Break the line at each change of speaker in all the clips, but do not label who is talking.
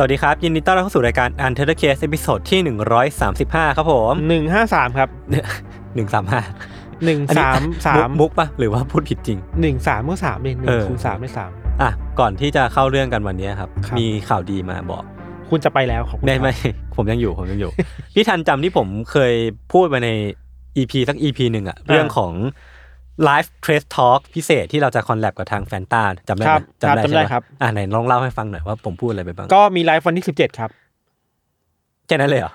สวัสดีครับ ยินดีต้อนรับเข้าสู่รายการ Untitled Case ตอนที่ 135 ครับผม
หนึ่งห้าสามครับ
135
หนึ่ง
อันนี้
สามสาม
มุกปะหรือว่าพูดผิดจริง
หนึ่งสามก็สามเองหนึ่
เอง อ
คูณสามไม่สาม
อ่ะ ก่อนที่จะเข้าเรื่องกันวันนี้ครับ
ครับ
มีข่าวดีมาบอก
คุณจะไปแล้วขอบคุณ
ไม่ไม่
ครับ
ผมยังอยู่ผมยังอยู่ พี่ทันจำที่ผมเคยพูดไปในอีพีสักอีพีหนึ่งอะเรื่องของไลฟ์เทรสทอล์กพิเศษที่เราจะคอนแลบกับทางแฟนตาจำได้ไห
ค
ม
รับครับจำได้
ใช่ปะ
ครับ
อ่ะไหนลองเล่าให้ฟังหน่อยว่าผมพูดอะไรไปบ้าง
ก็มีไลฟ์วันที่สิบเจ็ดครับ
แค่นั้นเลยเหรอ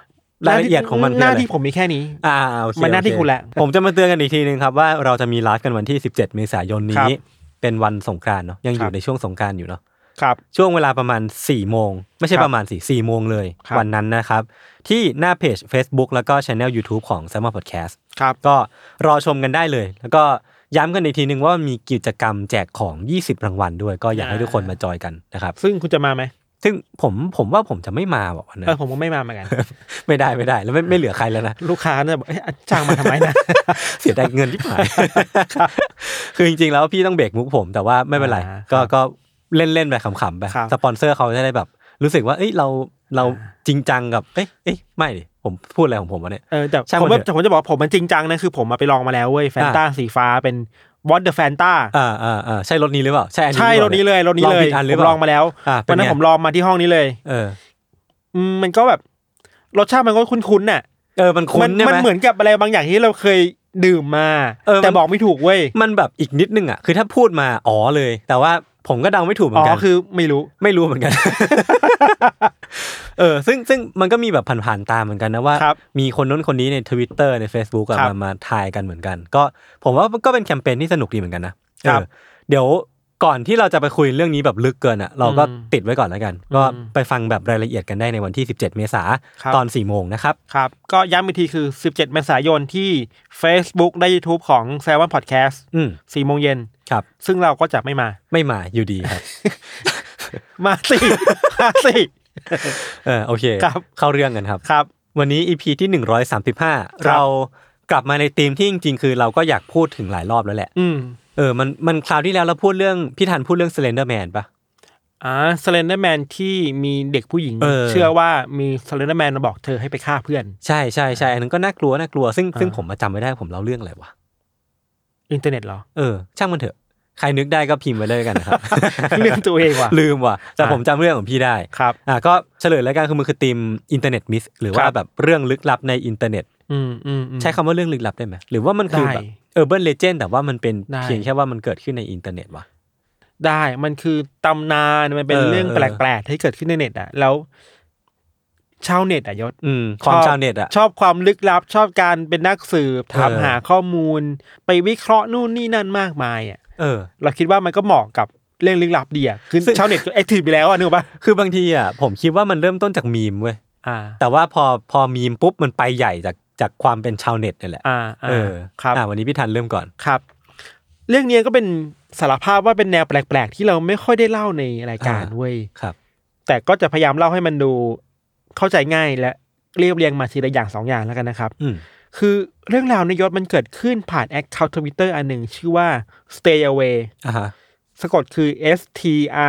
รายละเอียดของมัน
หน้า
คืออะไร
ที่ผมมีแค่นี้
อ่าโอเค
มันหน้าที่
โอเค
คุณแหละ
ผมจะมาเตือนกันอีกทีหนึ่งครับว่าเราจะมีไลฟ์กันวันที่ 17 เมษายน
ครั
นี้
บ
เป็นวันสงกรานต์เนาะยังอ
ครั
ยู่
บ
ในช่วงสงกรานต์อยู่เนาะ
ครับ
ช่วงเวลาประมาณ4ี่โมง ไม่ใช่
ครับ
ประมาณสี่สี่โมงเลย
ครับ
วันนั้นนะครับ ที่หน้าเพจ Facebook แล้วก็ Channel YouTube ของ s ซ m ม Podcast
ครับ
ก็รอชมกันได้เลย แล้วก็ย้ำกันอีกทีนึงว่ามีกิจกรรมแจกของ 20 รางวัลด้วย ก็อยากให้
อ่า
ทุกคนมาจอยกันนะครับ
ซึ่งคุณจะมาไหม
ซึ่งผมผมว่าผมจะไม่มาว่ะวันนั้
เออน ผมก็ไม่มาเหมื อนกัน
ไม่ได้ไม่ได้แล้วไม่ไม่เหลือใครแล้วนะ
ลูกค้าเนี่ยบอกเอ๊ะจ้างมาทำไมนะ
เสียดายเงินที่หาย คือจริงๆ แล้วพี่ต้องเบรกมุกผม แต่ว่าไม่เป็นไร
อ่า
ก็
ครับ
ก็เล่นๆไปขำๆไป
ครับ
สปอนเซอร์เขาจะได้แบบ รู้สึกว่าเอ้ยเราเราจริงจังกับเอ้ยเอ้ยไม่ดิผมพูดอะไรของผมวะเนี่ย
เออแต่
ช่าง
ผ
มัน
ม
เถอะ
แต่ผมจะบอกว่าผมมันจริงจังนะคือผมมาไปลองมาแล้วเว้ยแฟนตา
อ่า
สีฟ้าเป็นวอตเดอะแฟนตา
อ่าอ่าอ่าใช่รถนี้หรือเปล่า ใช่อันนี้
ใช่
ห
ร
อ
ถ
ปา
นี้เลยรถนี้เล
อง
ย
ผิดอันห
ผ
รือ
ม
เปล่า
ลองมาแล้ว
อ่าเป็
วัน นนั้น
ไง
ผมลองมาที่ห้องนี้เลย
เออ
อืมมันก็แบบรสชาติมันก็คุ้นๆน่ะ
เออมันคุ้
มัน
ใช่ไหม
มันเหมือนกับอะไรบางอย่างที่เราเคยดื่มมา
เออมัน
แต่บอกไม่ถูกเว้ย
มันแบบอีกนิดนึงอ่ะคือถ้าพูดมาอ๋อเลย แต่ว่าผมก็เดาไม่ถูกเหมื
อ๋
อนกั
อน คือไม่รู้
ไม่รู้เหมือนกัน เออ ซึ่งซึ่งมันก็มีแบบผ่านๆตามเหมือนกันนะว่า
ครับ
มีคนน้นคนนี้ในทวิตเตอร์ใน Facebook อะ
ครับ
มามาทายกันเหมือนกัน ก็ผมว่ามันก็เป็นแคมเปญที่สนุกดีเหมือนกันนะครับ เออเดี๋ยวก่อนที่เราจะไปคุยเรื่องนี้แบบลึกเกินอ่ะ เราก็
อืม
ติดไว้ก่อนแล้วกัน ก็
อืม
ไปฟังแบบรายละเอียดกันได้ในวันที่ 17 เมษา
ครับ
ตอน 4 โมงนะครับ
ครับ ก็ย้ำอีกทีคือ 17 เมษายนที่ Facebook และ YouTube ของ s ซ l m o n Podcast
อืม
4โมงเย็น
ครับ
ซึ่งเราก็จะไม่มา
ไม่มาอยู่ดีครับ
มาสิ มาสิ
เออโอเค
ครับ
เข้าเรื่องกันครับ
ครับ
วันนี้ EP ที่ 135 เรากลับมาในธีมที่จริง ๆ คือเราก็อยากพูดถึงหลายรอบแล้วแหละ
อืม
เออ มัน มันคราวที่แล้วเราพูดเรื่อง พี่ทันพูดเรื่อง Slender Man ปะ
อ่าสเลนเดอร์แมนที่มีเด็กผู้หญิง
เออ
อว่ามีสเลนเดอร์แมนมาบอกเธอให้ไปฆ่าเพื่อน
ใช่ใช่ใช่อันนั้นก็น่ากลัว น่ากลัว ซึ่ง ซึ่ง
อ่า
ผมมาจำไม่ได้ผมเล่าเรื่องอะไรวะ
อินเทอร์เน็ตเหรอ
เออ ช่างมันเถอะ ใครนึกได้ก็พิมพ์ไว้เลยกัน นะครับ
เรื่องตัวเองว่ะ
ลืมว่ะ แต่
อ่า
ผมจำเรื่องของพี่ได้
ครับ
อ่ะ ก็เฉลยแล้วกันคือมันคือธีมอินเทอร์เน็ตมิส หรือว่า
ครับ
แบบเรื่องลึกลับในอินเทอร์เน็ต
อืมอืมอืม
ใช้คำว่าเรื่องลึกลับได้ไหม หรือว่ามันคือ
ได้
แบบเออเบิร์นเลเจนด์แต่ว่ามันเป็น
ได้
เพียงแค่ว่ามันเกิดขึ้นในอินเทอร์เน็ตว่ะ
ได้ มันคือตำนาน มันเป็น
เออ
เรื่อง
เออ
แปลกๆที่เกิดขึ้นในเน็ตอ่ะ แล้วชาวเน็ตอ่ะยศ
อืม ความ
ชอบ
ชาวเน็ตอะ
ชอบความลึกลับ ชอบการเป็นนักสืบ ถาม
เออ
หาข้อมูล ไปวิเคราะห์นู่นนี่นั่นมากมายอ่ะ
เออ
เราคิดว่ามันก็เหมาะกับเรื่องลึกลับดีอ่ะ คือ
ซึ่ง
ชาวเน็ตแอคทีฟไปแล้วอ่ะนึกออกปะ
คือบางทีอะผมคิดว่ามันเริ่มต้นจากมีมเว้ย
อ่า
แต่ว่าพอพอมีมปุ๊บมันไปใหญ่จากจากความเป็นชาวเน็ตนี่แหละ
อ่า
เออ
ครับ
อ่ะวันนี้พี่ทันเริ่มก่อน
ครับ เรื่องเนี้ยก็เป็นสารภาพว่าเป็นแนวแปลกๆ ที่เราไม่ค่อยได้เล่าในรายการ
อ่า
เว้ย
ครับ
แต่ก็จะพยายามเล่าให้มันดูเข้าใจง่ายและเรียบเรียงมาทีละอย่างสองอย่างแล้วกันนะครับ
อืม
คือเรื่องราวในยศมันเกิดขึ้นผ่านแอคเคาท์ทวิตเตอร์อันหนึ่ง ชื่อว่า stay away
อ่าฮะ
สะกดคือ S T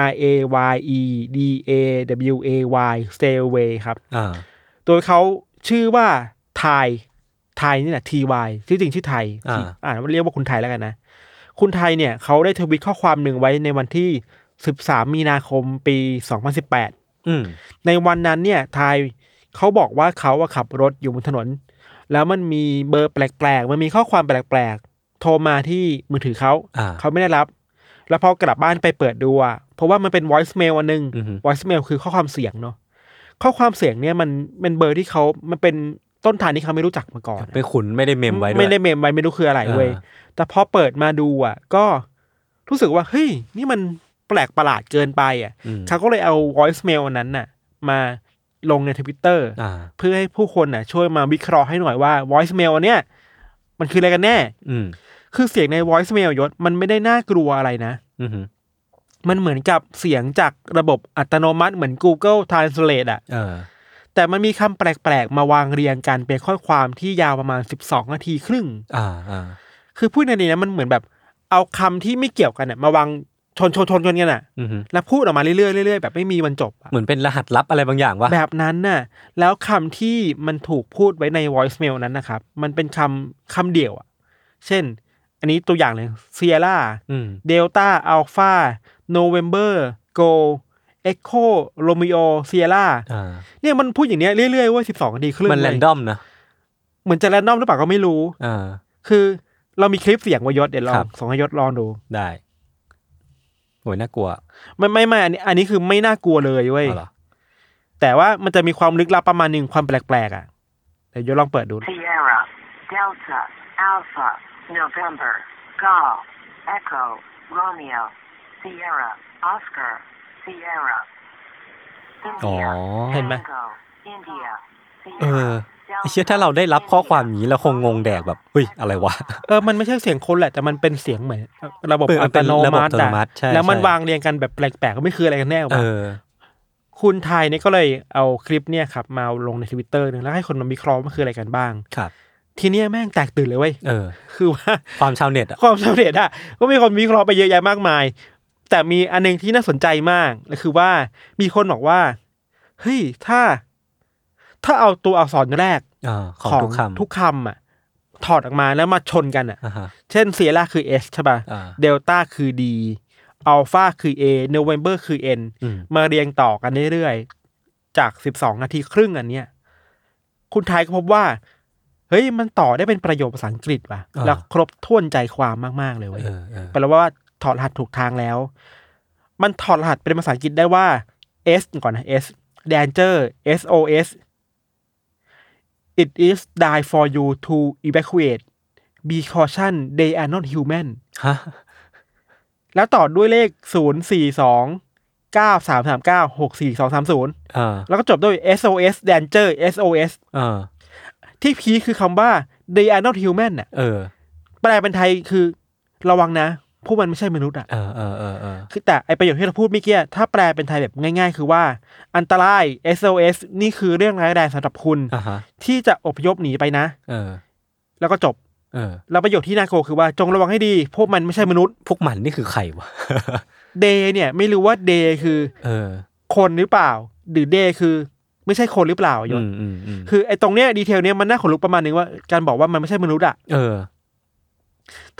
R A Y E D A W A Y stay away ครับ
อ่า
โดยเขาชื่อว่าไทยไทยนี่แหละ T Y ชื่อจริงชื่อไทย
อ่า
อ่านว่าเรียกว่าคุณไทยแล้วกันนะ คุณไทยเนี่ยเขาได้ทวิตข้อความหนึ่งไว้ในวันที่ 13 มีนาคมปี 2018
อืม
ในวันนั้นเนี่ยทายเขาบอกว่าเขาอะขับรถอยู่บนถนน แล้วมันมีเบอร์แปลกๆ มันมีข้อความแปลกๆ โทรมาที่มือถือเขา
อ่า
เขาไม่ได้รับ แล้วพอกลับบ้านไปเปิดดูอะเพราะว่ามันเป็น voice mail อันหนึ่ง
อือฮึ
voice mail คือข้อความเสียงเนาะ ข้อความเสียงเนี่ยมันเป็นเบอร์ที่เขา มันเป็นต้นทางที่เขาไม่รู้จักมาก่อนอะ
ไม่ขุนไม่ได้เมมไว้ด้วย
ไม่ได้เมมไว้ไม่รู้คืออะไรเว้ย
อ่า
แต่พอเปิดมาดูอะก็รู้สึกว่าเฮ้ยนี่มันแปลกประหลาดเกินไปอะ
อืม
เขาก็เลยเอา voice mail อันนั้นน่ะ มาลงในทวิตเตอร์
อ่า
เพื่อให้ผู้คนน่ะ ช่วยมาวิเคราะห์ให้หน่อยว่า voice mail อันเนี้ยมันคืออะไรกันแน่
อืม
คือเสียงใน voice mail ยศมันไม่ได้น่ากลัวอะไรนะ
อือหือ
มันเหมือนกับเสียงจากระบบอัตโนมัติเหมือน Google Translate อะ
เออ
แต่มันมีคำแปลกๆ มาวางเรียงกันเป็นข้อความที่ยาวประมาณ 12 นาทีครึ่ง
อ่าอ่า
คือพูดในนี้นะมันเหมือนแบบเอาคำที่ไม่เกี่ยวกันน่ะมาวางชนชนชนๆๆกันกันน่ะ
อือหือ
แล้วพูดออกมาเรื่อยๆเรื่อยๆแบบไม่มีวันจบอะ
เหมือนเป็นรหัสลับอะไรบางอย่างวะ
แบบนั้นน่ะ แล้วคำที่มันถูกพูดไว้ใน voicemail นั้นนะครับ มันเป็นคำคำเดียวอะเช่น อันนี้ตัวอย่างเลยเซียร่า
อืม
เดลต้าอัลฟาโนเวมเบอร์โกเอ็กโคโรมิโอเซียร่า
อ่า
เนี่ยมันพูดอย่างเนี้ยเรื่อยๆเว่าสิบสองนาทีครึ่ง
มันแร
เว้ย
นดอมนะ
เหมือนจะแรนดอมหรือเปล่าก็ไม่รู้
อ่า
คือเรามีคลิปเสียงไวายศเดี๋ยวลอ
ครั
ง
บ
สองให้ยศลองดู
ได้โหยน่ากลัว
ไม่ไม่ไม่อันนี้อันนี้คือไม่น่ากลัวเลยเว้ย
เอาเหรอ
แต่ว่ามันจะมีความลึกลับประมาณหนึ่งความแปลกๆอ่ะแต่ยศลองเปิดดู
Sierra, Delta, Alpha, November, Golf, Echo, Romeo, Sierra, Oscar, Sierra.
อ๋อ
India,
เห็นไหม
Tango, India,
เอ
Sierra,
อ
Delta,
ไอ้เชี่ยถ้าเราได้รับข้อความอย่างนี้เราคงงงแดกแบบเฮ้ยอะไรวะ
เออ มันไม่ใช่เสียงคนแหละ แต่มันเป็นเสียงเหมือนระบบ
เออมั
อั
น
ต
เป็น
โน
ระบบ
มั
อั
ติ
ตโน
อะ
มัติใช่
แล้วมัน
ใช่
วางเรียงกันแบบแปลกๆก็ไม่คืออะไรกันแน่
เอ
วะ
อ
คุณไทยเนี่ยก็เลยเอาคลิปเนี่ยครับ มาลงในทวิตเตอร์นึงแล้วให้คนมาวิเคราะห์ว่ามันคืออะไรกันบ้าง
ครับ
ทีเนี้ยแม่งแตกตื่นเลยเว้ ย
เออ
คือว่า
ความชาวเน็ตอ่ะ
ความสำเร็จอะก็มีคนวิเคราะห์ไปเยอะแยะมากมาย แต่มีอันหนึงที่น่าสนใจมากก็คือว่ามีคนบอกว่าเฮ้ยถ้า ถ้าเอาตัวอักษรแรก
อ่าของทุกคำ
ทุกคำอะถอดออกมาแล้วมาชนกันอะ
อ่าฮะ
เช่นเซียร่าคือ S ใช่ปะ
อ่า
เดลต้าคือ D อัลฟาคือ A โนเวมเบอร์คือ N
อืม
มาเรียงต่อกันเรื่อยๆ จาก 12 นาทีครึ่งอันเนี้ย คุณไทยก็พบว่า เฮ้ย มันต่อได้เป็นประโยคภาษาอังกฤษว่ะ
อ่า
แล้วครบถ้วนใจความมาก ๆ เลยเว้ย
เออเออ
แปลว่าถอดรหัสถูกทางแล้ว มันถอดรหัสเป็นภาษาอังกฤษได้ว่า S ก่อนนะ S danger SOS it is die for you to evacuate be caution they are not human
ฮะ
แล้วต่อด้วยเลข 0 4 2 9 3 3 9 6 4 2 3 0
อ่า
แล้วก็จบด้วย SOS Danger SOS
อ่า
ที่พีคคือคำว่า they are not human น่ะ
เออ
แปลเป็นไทยคือระวังนะ พวกมันไม่ใช่มนุษย์อ่ะ
เออเออเออเออ
คือแต่ไอประโยคที่เราพูดเมื่อกี้ถ้าแปลเป็นไทยแบบง่ายๆ คือว่า อันตราย SOS นี่คือเรื่องร้ายแรงสำหรับคุณ
อ่าฮะ
ที่จะอพยพหนีไปนะ
เออ
แล้วก็จบ
เออ
แล้วประโยคที่น่ากลัวคือว่าจงระวังให้ดี พวกมันไม่ใช่มนุษย์
พวกมันนี่คือใครวะ
day เนี่ยไม่รู้ว่า day คือ
เออ
คนหรือเปล่า หรือเดคือไม่ใช่คนหรือเปล่า
อยม
ศ
อืมอืม
คือไอ้ตรงเนี้ยดีเทลเนี้ยมันน่าขนลุกประมาณนึงว่าการบอกว่ามันไม่ใช่มนุษย์อะ
เออ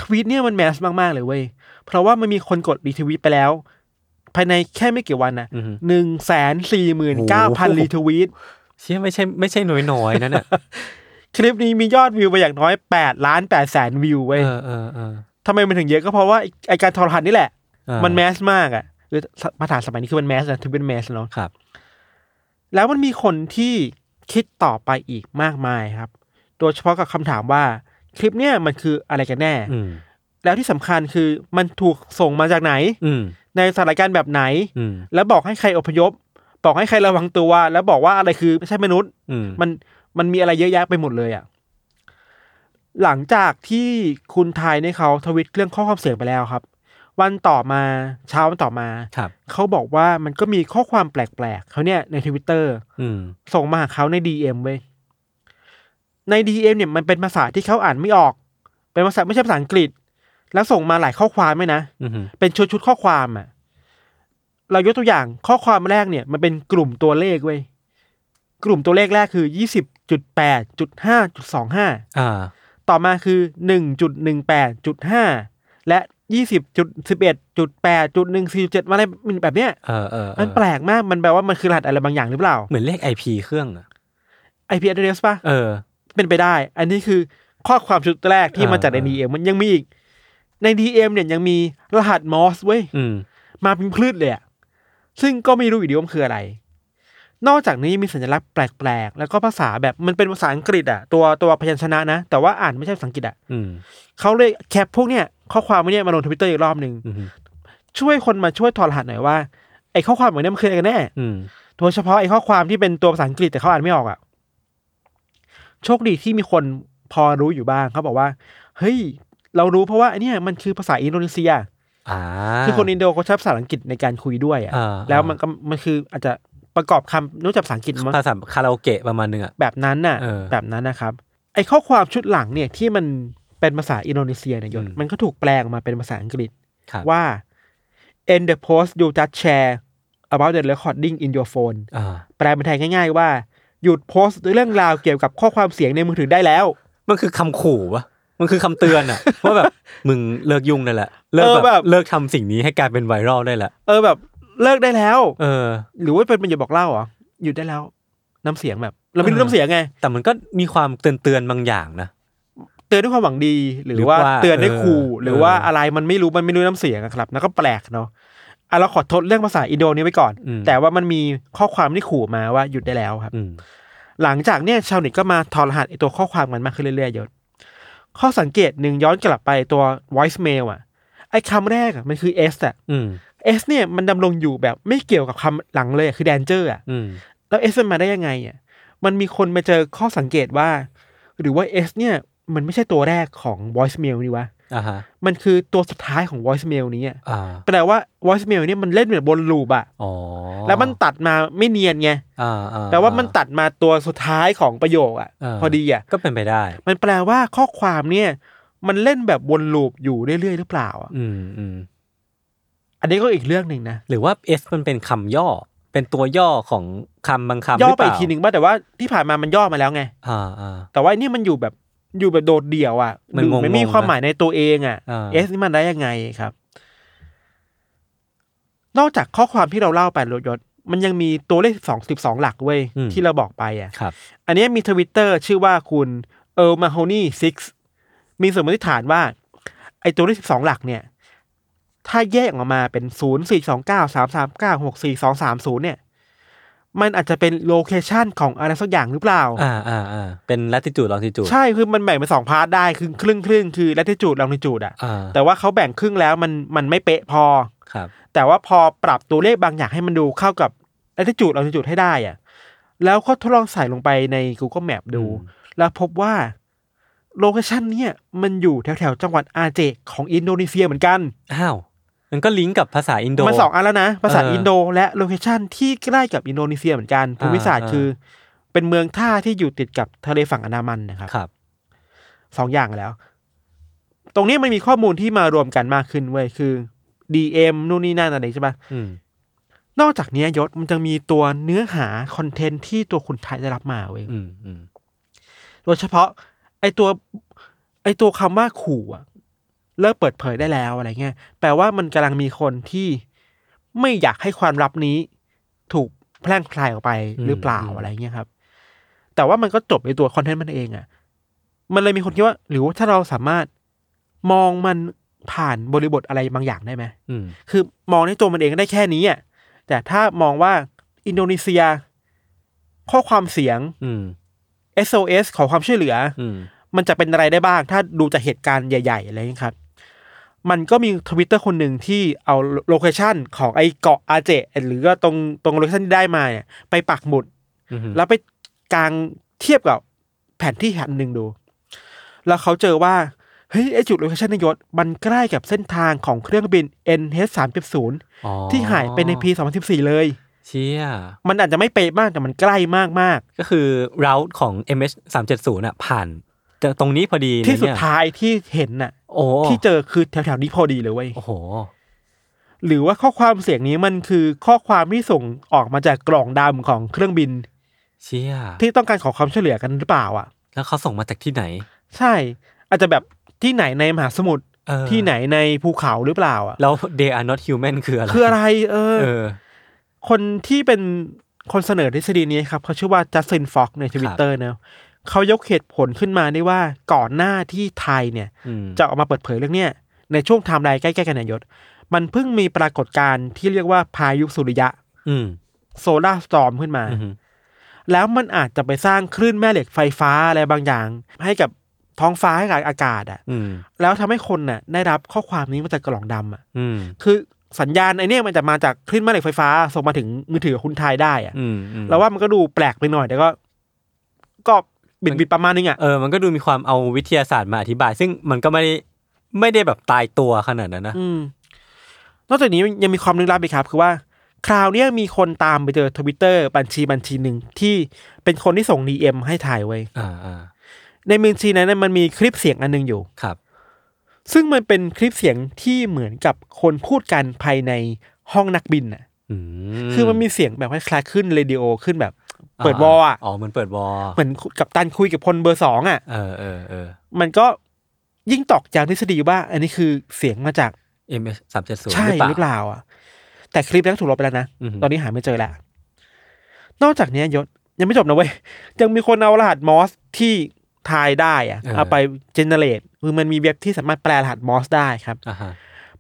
ทวีตเนี่ยมันแมสมาก ๆ เลยเว้ย เพราะว่ามันมีคนกดรีทวีตไปแล้ว ภายในแค่ไม่กี่วันนะ
อือฮึ
หนึ่งแสนสี่หมื่นเก้าพันรีทวีต
เชี่ยไม่ใช่ไม่ใช่น้อยน้อยๆนั่นน่ะ
คลิปนี้มียอดวิวไปอย่างน้อยแปดล้านแปดแสนวิว
เอ
เว้ย
อเออเออ
ทำไมมันถึงเยอะก็เพราะว่าไอ้ไอการทอรหันนี่แหละ
เออ
มันแมสมากอะคือภาษาสมัยนี้คือมันแมสนะถือเป็นแมสเนาะ
ครับ
แล้วมันมีคนที่คิดต่อไปอีกมากมายครับ โดยเฉพาะกับคำถามว่าคลิปเนี่ยมันคืออะไรกันแน่
อืม
แล้วที่สำคัญคือมันถูกส่งมาจากไหน
อืม
ในสถานการณ์แบบไหน
อืม
แล้วบอกให้ใครอพยพ บอกให้ใครระวังตัว แล้วบอกว่าอะไรคือไม่ใช่มนุษย์
อืม
มันมันมีอะไรเยอะแยะไปหมดเลยอะ่ะ หลังจากที่คุณไทยเนี่ยเขาทวิตเรื่องข้อความเสียงไปแล้วครับ วันต่อมาเช้าวันต่อมา
ครับ
เขาบอกว่ามันก็มีข้อความแปลกๆเขาเนี่ยในทวิตเตอร์
อืม
ส่งมาหาเขาใน DM เว้ย ใน DM เนี่ยมันเป็นภาษาที่เขาอ่านไม่ออก เป็นภาษาไม่ใช่ภาษาอังกฤษ แล้วส่งมาหลายข้อความไหมนะ
อืม
เป็นชุดชุดๆข้อความอะเรายกตัวอย่างข้อความแรกเนี่ย มันเป็นกลุ่มตัวเลขเว้ย กลุ่มตัวเลขแรกคือยี่สิบจุดแปดจุดห้าจุดสองห้า
อ่า
ต่อมาคือหนึ่งจุดหนึ่งแปดจุดห้า และยี่สิบจุดสิบเอ็ดจุดแปดจุดหนึ่งสี่จุดเจ็ดอะไรแบบเนี้ย
เออเออเออ
มันแปลกมาก มันแปลว่ามันคือรหัสอะไรบางอย่างหรือเปล่า
เหมือนเลขไอพีเครื่องอะ
IP address ป่ะ
เออ
เป็นไปได้ อันนี้คือข้อความชุดแรกที่
อ่าม
มาจากในดีเอ็มมันยังมีอีก ในดีเอ็มเนี่ยยังมีรหัสมอสเว้ย
อืม
มาเป็นพืชเลยอะซึ่งก็ไม่รู้อยู่ดีว่ามันคืออะไร นอกจากนี้ยังมีสัญลักษณ์แปลกๆ แล้วก็ภาษาแบบมันเป็นภาษาอังกฤษอะตัวตัวพยัญชนะนะ แต่ว่าอ่านไม่ใช่ภาษาอังกฤษอะ
อืม
เขาเลยแคปพวกเนี่ยข้อความพวกเนี่ยมาลงทวิตเตอร์อีกรอบหนึ่ง
อืม
ช่วยคนมาช่วยถอดรหัสหน่อยว่าไอ้ข้อความเหล่านี้มันคืออะไรกันแน่
อืม
โดยเฉพาะไอ้ข้อความที่เป็นตัวภาษาอังกฤษแต่เขาอ่านไม่ออกอะ่ะ โชคดีที่มีคนพอรู้อยู่บ้างเขาบอกว่า เฮ้ย เรารู้เพราะว่าไอเนี่ยมันคือภาษาอินโดนีเซีย
อ่า
คือคนอินโดเขาใช้ภาษาอังกฤษในการคุยด้วย
อ่า
อะ่ะแล้วมันก็มันคืออาจจะประกอบคำรู้จักภาษาอังกฤษมั้ง
ภาษาคาราโอเกะประมาณนึงอ่ะ
แบบนั้นน่ะ
เออ
แบบนั้นนะครับ ไอ้ข้อความชุดหลังเนี่ยที่มันเป็นภาษาอินโดนีเซียเนี่ยยศ
อืม
มันก็ถูกแปลงมาเป็นภาษาอังกฤษ
ครับ
ว่า end the post you just share about the recording in your phone
อ่า
แปลเป็นไทยง่ายๆว่า หยุดโพสต์เรื่องราวเกี่ยวกับข้อความเสียงในมือถือได้แล้ว
มันคือคำขู่วะมันคือคำเตือนอะ ว่าแบบมึงเลิกยุ่งได้และ เลิก
เออ
แบ
แบบ บ
เลิกทำสิ่งนี้ให้กลายเป็นไวรัลได้ละ
เออแบบเลิกได้แล้ว
เออ
หรือว่าเป็นประโยคบอกเล่าเหรอหยุดได้แล้ว น้ำเสียงแบบ เราไม่รู้
เออ
น้ำเสียงไง
แต่มันก็มีความเตือนเตือนๆบางอย่างนะ
เตือนด้วยความหวังดีหรือ
หรือว่า
ว่าเตือนด้วยขู่
เออ
หรือว่า
เอออ
อะไรมันไม่รู้มันไม่รู้น้ำเสียงอะครับแล้วก็แปลกเนาะอ่ะเราขอโทษเรื่องภาษาอินโดนี้ไว้ก่อน
อืม
แต่ว่ามันมีข้อความที่ขู่มาว่าหยุดได้แล้วครับ
อืม
หลังจากเนี่ยชาวเน็ตก็มาถอดรหัสไอตัวข้อความมันมากขึ้นเรื่อยๆยศข้อสังเกตหนึ่งย้อนกลับไปตัว voice mail อ่ะ ไอคำแรกอะมันคือ S อ่ะ
อืม
S เนี่ยมันดำรงอยู่แบบไม่เกี่ยวกับคำหลังเลยอะคือ danger อ่ะ
อืม
แล้ว S มันมาได้ยังไงอ่ะ มันมีคนมาเจอข้อสังเกตว่า หรือว่า S เนี่ยมันไม่ใช่ตัวแรกของ voice mail นี่วะ
อ่าฮะ
มันคือตัวสุดท้ายของ voice mail นี้อะ
อ่า
แปลว่า voice mail เนี่ยมันเล่นแบบบนลูปอ่ะ
อ๋อ
แล้วมันตัดมาไม่เนียนไง
อ่าอ่
แปลว่ามันตัดมาตัวสุดท้ายของประโยคอ่ะ
า
พอดีอ่ะ
ก็เป็นไปได้
มันแปลว่าข้อความเนี่ย มันเล่นแบบวนลูปอยู่เรื่อยๆหรือเปล่าอะ
อืมอืม
อันนี้ก็อีกเรื่องหนึ่งนะ
หรือว่า S มันเป็นคำย่อ เป็นตัวย่อของคำบางคำ
ย่อ
หรื
ไป
เล่า
อีกทีหนึ่งบ้างแต่ว่าที่ผ่านมามันย่อมาแล้วไง
อ่าอ่า
แต่ว่านี่มันอยู่แบบอยู่แบบโดดเดี่ยวอ่ะ
มัน
ดู
งงๆ
ไม่มีความหมายในตัวเองอ่ะ
อ่า
เอสนี่มันได้ยังไงครับ นอกจากข้อความที่เราเล่าไปรถยศมันยังมีตัวเลขสองสิบสองหลักเว้ยที่เราบอกไปอ่ะ
ครับ
อันนี้มีทวิตเตอร์ชื่อว่าคุณเออร์มาโฮนี่ซิกมีสมมติฐานว่า ไอตัวเลขสิบสองหลักเนี่ย ถ้าแยกออกมาเป็นศูนย์สี่สองเก้าสามสามเก้าหกสี่สองสามศูนย์เนี่ย มันอาจจะเป็นโลเคชันของอะไรสักอย่างหรือเปล่า
อ่าอ่าอ่าเป็น latitude longitude
ใช่คือมันแบ่งเป็นสองพาร์ทได้คือครึ่งครึ่งๆคือ latitude longitude อะ
อ่า
แต่ว่าเขาแบ่งครึ่งแล้วมันมันไม่เป๊ะพอ
ครับ
แต่ว่าพอปรับตัวเลขบางอย่างให้มันดูเข้ากับ latitude longitude ให้ได้อะแล้วก็ทดลองใส่ลงไปใน Google Map ดู แล้วพบว่าโลเคชันเนี่ยมันอยู่แถวแถวๆจังหวัดอาเจของอินโดนีเซียเหมือนกัน
อ้าวมันก็ลิงก์กับภาษาอินโด
มันสองอันแล้วนะ ภาษา
เอออิ
อินโดและโลเคชันที่ใกล้กับอินโดนีเซียเหมือนกันภูมิศาสตร์
อ่า
คือ เป็นเมืองท่าที่อยู่ติดกับทะเลฝั่งอันดามันนะครับ
ครับ
สองอย่างแล้ว ตรงนี้มันมีข้อมูลที่มารวมกันมากขึ้นเว้ย คือ DM นู่นนี่นั่นอะไรใช่ปะ
อืม
นอกจากเนี้ยยศมันจะมีตัวเนื้อหาคอนเทนต์ที่ตัวคุณไทยได้รับมาเว้ย
อืมอืม
โดยเฉพาะ ไอตัว ไอตัวคำว่าขู่อะเลิกเปิดเผยได้แล้วอะไรเงี้ย แปลว่ามันกำลังมีคนที่ไม่อยากให้ความลับนี้ถูกแพร่งพลายออกไปหรือเปล่า
อืม
อะไรเงี้ยครับ แต่ว่ามันก็จบในตัวคอนเทนต์มันเองอะมันเลยมีคนคิดว่า หรือว่าถ้าเราสามารถมองมันผ่านบริบทอะไรบางอย่างได้ไหม
อืม
คือมองในตัวมันเองได้แค่นี้อะแต่ถ้ามองว่าอินโดนีเซีย ข้อความเสียง
อืม
SOS ขอความช่วยเหลือ
อืม
มันจะเป็นอะไรได้บ้าง ถ้าดูจากเหตุการณ์ใหญ่ๆอะไรอย่างนี้ครับ มันก็มีทวิตเตอร์คนหนึ่งที่เอาโลเคชันของไอเกาะอาเจหรือว่าตรงตรงโลเคชันที่ได้มาเนี่ยไปปักหมุด
อืม
แล้วไปกางเทียบกับแผนที่แผนหนึ่งดู แล้วเขาเจอว่า เฮ้ย ไอจุดโลเคชันนยศ มันใกล้กับเส้นทางของเครื่องบิน NH 3 0
อ๋อ
ที่หายไปในปี 2014 เลย
เชี่ย
มันอาจจะไม่เป๊ะมากแต่มันใกล้มาก
ก็คือเราท์ของ MH 3 7 0อ่ะ ผ่านแต่ตรงนี้พอดี
ๆ
เลย
ที่สุด
เนี่ย
ท้ายที่เห็นน่ะ
โอ้
ที่เจอคือแถวๆนี้พอดีเลยเว้ย
โอ้โห
หรือว่าข้อความเสียงนี้มันคือข้อความที่ส่งออกมาจากกล่องดำของเครื่องบิน
เชี่ย
ที่ต้องการขอความช่วยเหลือกันหรือเปล่าอ่ะ
แล้วเขาส่งมาจากที่ไหน
ใช่ อาจจะแบบที่ไหนในมหาสมุทร
เออ
ที่ไหนในภูเขาหรือเปล่าอ่ะ
แล้ว they are not human คืออะไร
คืออะไรเออ
เออ
คนที่เป็นคนเสนอทฤษฎีนี้ครับเขาชื่อว่าจัสตินฟ็อกในทวิตเตอร์นะ เขายกเหตุผลขึ้นมาได้ว่าก่อนหน้าที่ไทยเนี่ย
อืม
จะออกมาเปิดเผยเรื่องเนี้ยในช่วงไทม์ไลน์ใกล้ ๆ กันเนยยศ มันเพิ่งมีปรากฏการณ์ที่เรียกว่าพายุสุริยะ
อืม
โซลาร์สตอร์มขึ้นมา
อืม
แล้วมันอาจจะไปสร้างคลื่นแม่เหล็กไฟฟ้าอะไรบางอย่าง ให้กับท้องฟ้าให้กับอากาศอ่ะ
อืม
แล้วทำให้คนน่ะได้รับข้อความนี้มาจากกล่องดำอ่ะ
อืม
คือสัญญาณไอเนี้ยมันจะมาจากคลื่นแม่เหล็กไฟฟ้าส่งมาถึงมือถือของคุณไทยได้อ่ะ
อืมอืม
เราว่ามันก็ดูแปลกไปหน่อยแต่ก็ ก็บิดบิดประมาณนึงอ่ะ
เออมันก็ดูมีความเอาวิทยาศาสตร์มาอธิบาย ซึ่งมันก็ไม่ได้ไม่ได้แบบตายตัวขนาดนั้นนะ
อืมนอกจากนี้ยังมีความลึกลับอีกครับ คือว่า คราวเนี้ยมีคนตามไปเจอทวิตเตอร์บัญชีบัญชีหนึ่งที่เป็นคนที่ส่งดีเอ็มให้ถ่ายไว้ย
อ่าอ่า
ในบัญชีนั้นนะมันมีคลิปเสียงอันหนึงอยู่
ครับ
ซึ่งมันเป็นคลิปเสียงที่เหมือนกับคนพูดกันภายในห้องนักบินอ่ะ
อืม
คือมันมีเสียงแบบคล้ายๆขึ้นเรดิโอขึ้นแบบ เปิดวอลอ่ะ
อ๋อเหมือนเปิดวอล
เหมือนกับตันคุยกับพลเบอร์สองอ่ะ
เออเออเออ
มันก็ยิ่งตอกย้ำทฤษฎีว่า อันนี้คือเสียงมาจาก
MS สามเจ็ดศูนย์
ใช่
หรือเปล่า
หรือเปล่าอ่ะ แต่คลิปนั้นก็ถูกลบไปแล้วนะ
อือหือ
ตอนนี้หาไม่เจอแล้ว นอกจากนี้ยศยังไม่จบนะเว้ย ยังมีคนเอารหัสมอสที่ทายได้อ่ะ
เออ
เอาไปเจเนเรตคือมันมีเว็บที่สามารถแปลรหัสมอสได้ครับ
อ่าฮะ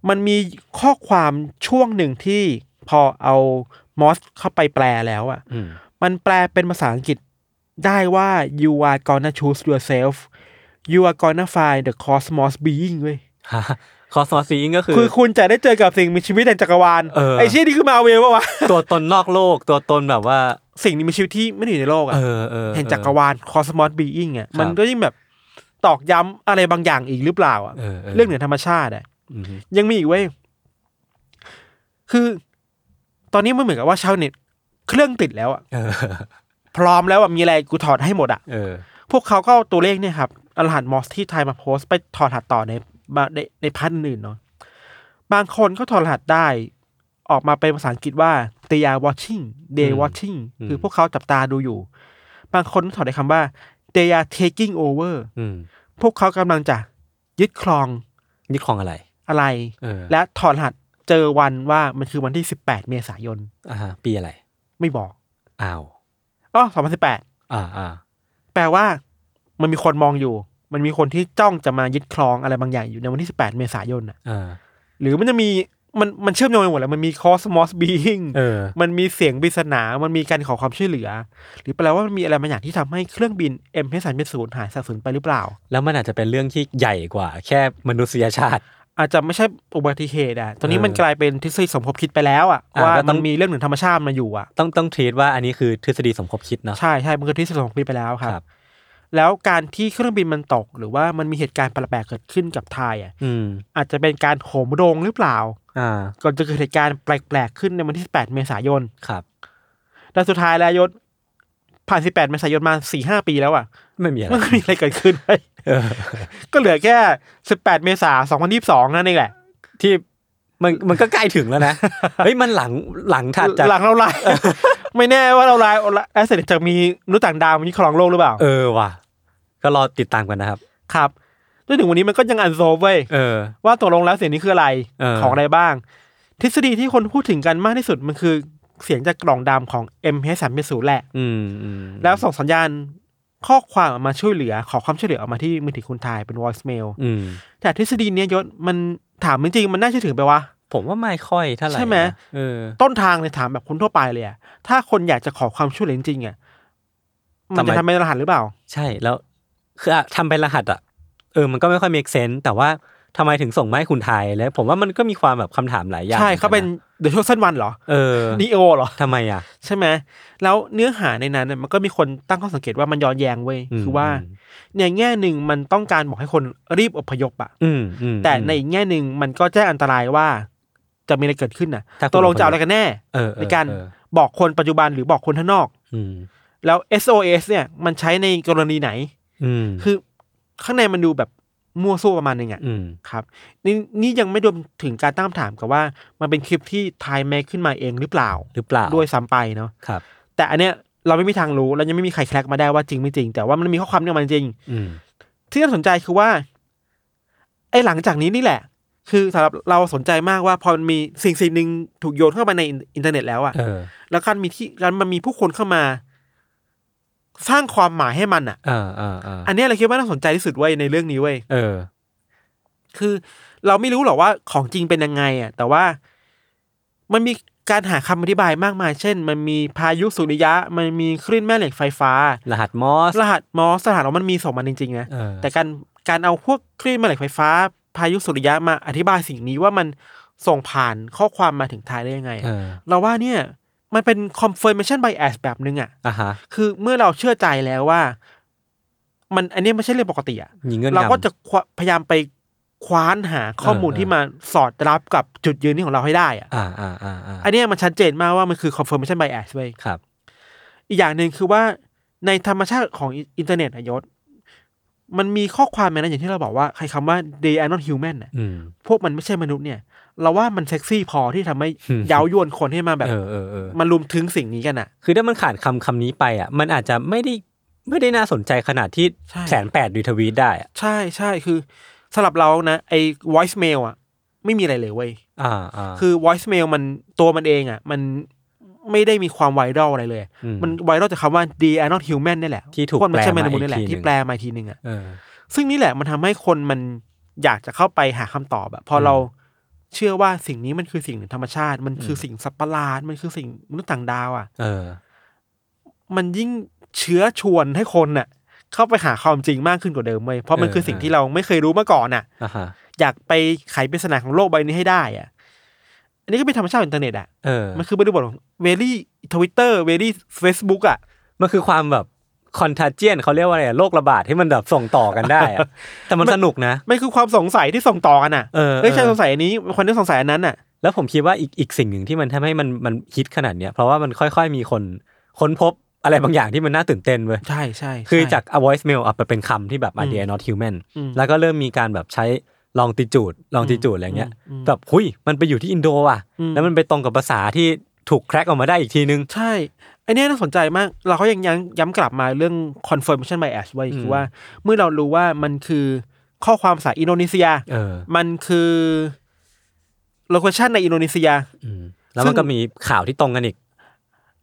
มันมีข้อความช่วงหนึ่งที่พอเอามอสเข้าไปแปลแล้วอ่ะ
อืม
มันแปลเป็นภาษาอังกฤษได้ว่า you are gonna choose yourself you are gonna find the cosmos being เว้ย
คอสมอสีอิงก็คือ
คือคุณจะได้เจอกับสิ่งมีชีวิตในจักรวาล
เออ
ไอ้เชี่ยนี่คือมาเวลปะวะ
ตัวตนนอกโลกตัวตนแบบว่า
สิ่งนี้มีชีวิตที่ไม่ได้อยู่ในโลกอะ
เออเออ
แห่งจักรวาล cosmos being อะมันก็ยิ่งแบบตอกย้ำอะไรบางอย่างอีกหรือเปล่าอะ
เออเออ
เรื่องเหนือธรรมชาติอะ
อืม
ยังมีอีกเว้ย คือ ตอนนี้มันเหมือนกับว่าชาวเน็ตเครื่องติดแล้วอะ
เออ
พร้อมแล้วอะมีอะไรกูถอดให้หมดอะ
เออ
พวกเขาก็เอาตัวเลขเนี่ยครับอรหัสมอสที่ไทยมาโพสต์ไปถอดรหัสต่อในบในในพันอื่นเนาะบางคนก็ถอดรหัสได้ ออกมาเป็นภาษาอังกฤษว่า they are watching they
อืม
watching
อืม
คือพวกเขาจับตาดูอยู่ บางคนถอดได้คำว่า they are taking over
อืม
พวกเขากำลังจะยึดครอง
นี่คลองอะไร
อะไร
เออ
และถอดรหัสเจอวันว่ามันคือวันที่ 18 เมษายน
อ่าฮะปีอะไร
ไม่บอก
อ้าว
อ๋อ
อ
2018
่าอ่า
แปลว่ามันมีคนมองอยู่ มันมีคนที่จ้องจะมายึดครองอะไรบางอย่างอยู่ในวันที่ 18 เมษายนน่ะ
อ่า
หรือมันจะมีมันมันเชื่อมโยงไปหมดแล้วมันมีคอสมอสบีอิง
เออ
มันมีเสียงปริศนา มันมีการขอความช่วยเหลือ หรือแปลว่ามันมีอะไรบางอย่างที่ทำให้เครื่องบิน m อ็มเศูนย์หายสาบสูญไปหรือเปล่า
แล้วมันอาจจะเป็นเรื่องที่ใหญ่กว่า แค่มนุษยชาติ
อาจจะไม่ใช่อุบัติเหตุอ่ะ ตอนนี้
เออ
มันกลายเป็นทฤษฎีสมคบคิดไปแล้วอ่ะ
อ่ะ
ว่า
ก็ต้
มั
อน ง
มีเรื่องหนึ่งธรรมชาติมาอยู่อ่ะ
ต้องต้องทีตว่าอันนี้คือทฤษฎีสมคบคิดเนาะ
ใช่ใช่มันคือทฤษฎีสมคบคิดไปแล้วครับ
ครับ
แล้วการที่เครื่องบินมันตก หรือว่ามันมีเหตุการณ์แปลกๆเกิดขึ้นกับไทยอ่ะ
อืม
อาจจะเป็นการโหมโรงหรือเปล่า
อ่า
ก่อนจะเกิดเหตุการณ์แปลกๆขึ้นในวันที่ 18 เมษายน
ครับ
แต่สุดท้ายแล้วยศผ่าน 18 เมษายนมา 4-5 ปีแล้วอ่ะ
ไม่มีอะไร
มันก็มีอะไรเกิดขึ้น
เออ
ก็เหลือแค่ 18 เมษายน 2022 นั่นเองแหละ
ที่มันมันก็ใกล้ถึงแล้ว นะเฮ้ยมันหลังหลังถัดจาก
หลังเราลาย ไม่แน่ว่าเราลายแอสเซทจะมีมนุษย์ต่างดาวมันครองโลกหรือเปล่า
เออว่ะก็รอติดตามกันนะครับ
ครับจนถึงวันนี้มันก็ยังอันโซเว้ย
เออ
ว่าตกลงแล้วเสียงนี้คืออะไร
เออ
ของอะไรบ้าง ทฤษฎีที่คนพูดถึงกันมากที่สุดมันคือเสียงจากกล่องดำของ m h 3 0แหละ
อืมอืม
แล้วส่งสัญญาณข้อความออกมาช่วยเหลือ ขอความช่วยเหลือออกมาที่มือถือคุณทายเป็น voice mail
อืม
แต่ทฤษฎีเนี้ยยศมันถามจริงๆมันน่าเชื่อถือไปวะ
ผมว่าไม่ค่อยเท่าไหร่
ใช่ไหม
นะเออ
ต้นทางเลยถามแบบคนทั่วไปเลยอะถ้าคนอยากจะขอความช่วยเหลือจริงๆอะมันจะ
ทำไม
ทำเป็นรหัสหรือเปล่า
ใช่แล้วคืออะทำเป็นรหัสอ่ะเออมันก็ไม่ค่อยมีเซนแต่ว่าทำไมถึงส่งมาให้คุณไทยแล้ว ผมว่ามันก็มีความแบบคำถามหลายอย่าง
ใช่เขาเป็น
ะ
เดอะโชคเส้นวันเหรอ
เออ
นีโอเหรอ
ทำไมอ่ะ
ใช่ไหมแล้วเนื้อหาในนั้นน่ะมันก็มีคนตั้งข้อสังเกตว่ามันย้อนแย้งเว้ย
อืม
คือว่าในแง่หนึ่งมันต้องการบอกให้คนรีบอพยพอะ
อืมอืม
แต่
อืม
ในอีกแง่หนึ่งมันก็แจ้งอันตรายว่า จะมีอะไรเกิดขึ้นน่ะ
ถ้าคุณ
ตกลง
อพยพ
จะเอาอะไรกันแน่
เออเออ
ในการ
เออ
บอกคนปัจจุบันหรือบอกคนข้างนอก
อืม
แล้ว SOS เนี่ยมันใช้ในกรณีไหน
อืม
คือข้างในมันดูแบบมั่วซั่วประมาณหนึงอะ
อืม
ครับนี่นี่ยังไม่รวมถึงการตั้งคำถามกับว่า มันเป็นคลิปที่ไทยแมคขึ้นมาเองหรือเปล่า
หรือเปล่า
ด้วยซ้ำไปเนาะ
ครับ
แต่อันเนี้ยเราไม่มีทางรู้และยังไม่มีใครแคลกมาได้ว่าจริงไม่จริง แต่ว่ามันมีข้อความเนี่ยมันจริง
อืม
ที่น่าสนใจคือว่าไอ้หลังจากนี้นี่แหละ คือสำหรับเราสนใจมากว่าพอมันมีสิ่งสิ่งหนึ่งถูกโยนเข้าไปในอินเทอร์เน็ตแล้วอะ
เออ
แล้วการมีที่การมันมีผู้คนเข้ามา สร้างความหมายให้มันอ่ะ
เออเออเออ
อันเนี้ยเราคิดว่าน่าสนใจที่สุดเว้ยในเรื่องนี้เว้ย
เออ
คือเราไม่รู้หรอกว่าของจริงเป็นยังไงอ่ะ แต่ว่ามันมีการหาคำอธิบายมากมาย เช่น มันมีพายุสุริยะ มันมีคลื่นแม่เหล็กไฟฟ้า
รหัสมอส
รหัสมอสสถานของมันมีสองมันจริงๆนะ
เออ
แต่การการเอาพวกคลื่นแม่เหล็กไฟฟ้า พายุสุริยะมาอธิบายสิ่งนี้ว่ามันส่งผ่านข้อความมาถึงไทยได้ยังไงอะ
เออ
เราว่าเนี่ยมันเป็น confirmation bias แบบนึงอ่ะ
อ่ะฮะ
คือเมื่อเราเชื่อใจแล้วว่า มันอันเนี้ยไม่ใช่เรื่องปกติอ่ะ
ยิงเงื่อน
เราก็
งำ
จะควพยายามไปคว้านหาข้อมูล
เออ
ที่มาสอดรับกับจุดยืนนี้ของเราให้ได้อะ
อ่าอ่าอ่าอ่า
อันเนี้ยมันชัดเจนมากว่ามันคือ confirmation bias เว้ย
ครับ
อีกอย่างหนึ่งคือว่าในธรรมชาติของอิอินเทอร์เน็ตอะยศ มันมีข้อความในนั้นอย่างที่เราบอกว่าใครคำว่า they are not human น่ะ
อืม
พวกมันไม่ใช่มนุษย์เนี่ย เราว่ามันเซ็กซี่พอที่ ทำให้ เย้ายวนคนให้มาแบบ
เออเออเออ
มันรุมถึงสิ่งนี้กันอ่ะ
คือถ้ามันขาดคำคำนี้ไปอ่ะ มันอาจจะไม่ได้ไม่ได้น่าสนใจขนาดที่
ใช่
แสนแปดรีทวีตได้อ่ะ
ใช่ใช่คือสำหรับเรานะไอ้ voice mail อ่ะ ไม่มีอะไรเลยเว้ย
อ่าอ่า
คือ voicemail มันตัวมันเองอ่ะ มันไม่ได้มีความไวรัลอะไรเลย
ม
มันไวรัลจากคำว่า d are not human นี่แหละ
ที่ถูก
คนมันใช่
แปล
แม
มา
นุษย์นี่แหละ
อีกทีหนึ่ง
ที่แปลมาอีกทีหนึ่งอ่ะ
เออ
ซึ่งนี่แหละมันทำให้คนมันอยากจะเข้าไปหาคำตอบอะพออ
ม
เราเชื่อว่าสิ่งนี้มันคือสิ่งเหนือธรรมชาติ มันคืออ
ม
สิ่งสัตว์ประหลาดมันคือสิ่งมนุษย์ต่างดาวอ่ะ
เออ
มันยิ่งเชื้อชวนให้คนน่ะ เข้าไปหาความจริงมากขึ้นกว่าเดิมเว้ยเพราะมัน
เออ
คือสิ่ง
เออ
ที่เราไม่เคยรู้มาก่อนอ่ะ
อ่าฮะ
อยากไปไขปริศนาของโลกใบนี้ให้ได้อ่ะ อันนี้ก็เป็นธรรมชาติของอินเทอร์เน็ตอ่ะ
เออ
มันคือบริบทของเวลี่ทวิตเตอร์เวลี่เฟซบุ๊กอ่ะ
มันคือความแบบคอนทาเจียนเขาเรียกว่าอะไรอะโรคระบาดที่มันแบบส่งต่อกันได้อะ แต่มันสนุกนะ
มันคือความสงสัยที่ส่งต่อกันอ่ะ
เออ
เฮ้ยใช่
เออ
สงสัยอันนี้คนที่สงสัยอันนั้นอ่ะ
แล้วผมคิดว่าอีกอีกสิ่งหนึ่งที่มันทำให้มันมันฮิตขนาดเนี้ยเพราะว่ามันค่อยๆมีคนค้นพบอะไรบางอย่างที่มันน่าตื่นเต้นเว้ย
ใช่ใช่
คือ
ใช่
จาก a voice mail อ่ะไปเป็นคำที่แบบ
อืม
idea not human
อืม
แล้วก็เริ่มมีการแบบใช้ลองติจูดลองติจูดอะไรเงี้ย
อืมอืม
แบบหุยมันไปอยู่ที่อินโดอ่ะ
อืม
แล้วมันไปตรงกับภาษาที่ถูกแคร็กออกมาได้อีกทีนึง
ใช่ไอันนี้ยน่าสนใจมาก เราก็ยังย้ำย้ำกลับมาเรื่อง confirmation bias ไว้
อืม
คือว่า เมื่อเรารู้ว่ามันคือข้อความภาษาอินโดนีเซีย
เออ
มันคือโลเคชันในอินโดนีเซีย
อืมแล้วมันก็มีข่าวที่ตรงกันอีก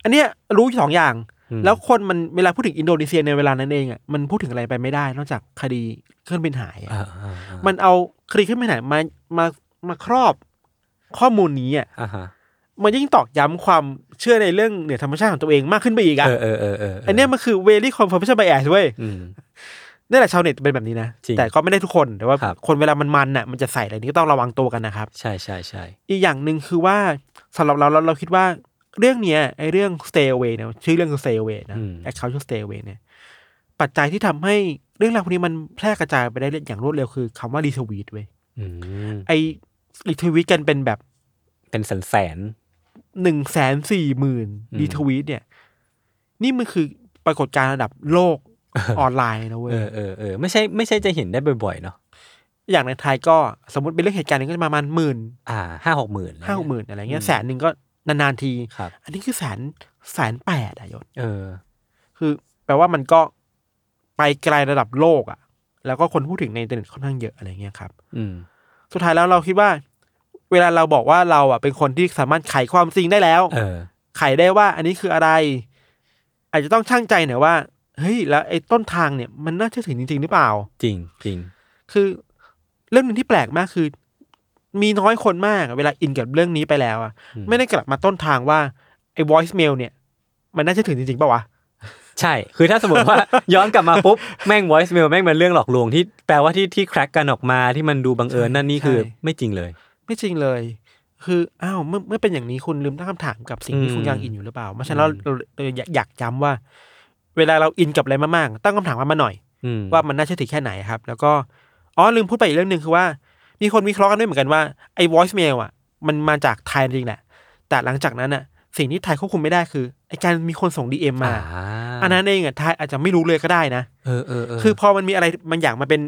อันเนี้ยรู้อยู่สองอย่าง
อืม
แล้วคนมันเวลาพูดถึงอินโดนีเซียในเวลานั้นเองอ่ะมันพูดถึงอะไรไปไม่ได้ นอกจากคดีเครื่องบินหายอะ
อ่าอ่าอ่า
มันเอาคดีขึ้นไปไหนมา มา มาครอบข้อมูลนี้อ่ะ
อ่าฮะ
มันยิ่งตอกย้ำความเชื่อในเรื่องเหนือธรรมชาติของตัวเองมากขึ้นไปอีกอ่ะ
เออเออเออเออ
อันเนี้ยมันคือเวลี่คอมฟอร์มชั่นไบแอสเว้ย
อืม
นี่แหละชาวเน็ตเป็นแบบนี้นะ
จริง
แต่ก็ไม่ได้ทุกคน แต่ว่า
ครับ
คนเวลามันมันน่ะ มันจะใส่อะไรนี้ก็ต้องระวังตัวกันนะครับ
ใช่ใช่ใช่
อีกอย่างหนึ่งคือว่าสำหรับเราเราเราคิดว่าเรื่องเนี้ยไอ้เรื่อง stay away เนี่ยชื่อเรื่องคือ stay away นะแอคเคาท์ชื่อ stay away เนี่ย ปัจจัยที่ทำให้เรื่องราวพวกนี้มันแพร่กระจายไปได้อย่างรวดเร็วคือคำว่า retweet เว้ย
อืม
ไอรีทวีตกันเป็นแบบ
เป็นแสนแสน
หนึ่งแสนสี่หมื่น
อืม
รีทวีตเนี่ย นี่มันคือปรากฏการณ์ระดับโลกออนไลน์นะเว้ย
เออเออเออไม่ใช่ไม่ใช่จะเห็นได้บ่อยๆเนาะ
อย่างในไทยก็สมมติเป็นเรื่องเหตุการณ์หนึงก็จะประมาณหมื่น
อ่าห้าหกหมื่น
ห้าหกหมื่นอะไรเงี้
อื
ย
ม
แสนหนึ่งก็นานๆที
ครับ
อันนี้คือแสนแสนแปดอะยศ
เออ
คือแปลว่ามันก็ไปไกลระดับโลกอะแล้วก็คนพูดถึงในอินเทอร์เน็ตค่อนข้างเยอะอะไรเงี้ยครับ
อืม
สุดท้ายแล้วเราคิดว่า เวลาเราบอกว่าเราอะเป็นคนที่สามารถไขความจริงได้แล้ว
เออ
ไขได้ว่าอันนี้คืออะไร อาจจะต้องช่างใจหน่อยว่า เฮ้ย แล้วไอ้ต้นทางเนี่ยมันน่าเชื่อถือจริง ๆ หรือเปล่า
จริงจริง
คือเรื่องหนึ่งที่แปลกมากคือ มีน้อยคนมากอะเวลาอินกับเรื่องนี้ไปแล้วอะ
อื
ไม่ได้กลับมาต้นทางว่าไอ้ voice mail เนี่ย มันน่าเชื่อถือจริงๆเปล่าวะ
ใช่ คือถ้าสมมติว่า ย้อนกลับมาปุ๊บ แม่ง voice mail แม่งเป็นเรื่องหลอกลวงที่แปลว่าที่ที่แคร็กกันออกมาที่มันดูบังเอิญนั่นนี่คือ
ใช่
ไม่จริงเลย
ไม่จริงเลย คืออ้าวเมื่อเมื่อเป็นอย่างนี้คุณลืมตั้งคำถามกับสิ่งที่คุณยังอินอยู่หรือเปล่าเพราะฉะนั้นเราเราเราอยากอยากย้ำว่า เวลาเราอินกับอะไรมากๆตั้งคำถามมันมาหน่อย
อืม
ว่ามันน่าเชื่อถือแค่ไหนครับ แล้วก็อ๋อลืมพูดไปอีกเรื่องหนึ่งคือว่า มีคนวิเคราะห์กันด้วยเหมือนกันว่าไอ้ voice mail อ่ะ มันมาจากไทยจริงแหละ แต่หลังจากนั้นอ่ะ สิ่งที่ไทยควบคุมไม่ได้คือไอ้การมีคนส่ง DM มา อันนั้นเองอ่ะไทยอาจจะไม่รู้เลยก็ได้นะ
เออเออเออ
คือพอมันมีอะไรบางอย่างมันเป็น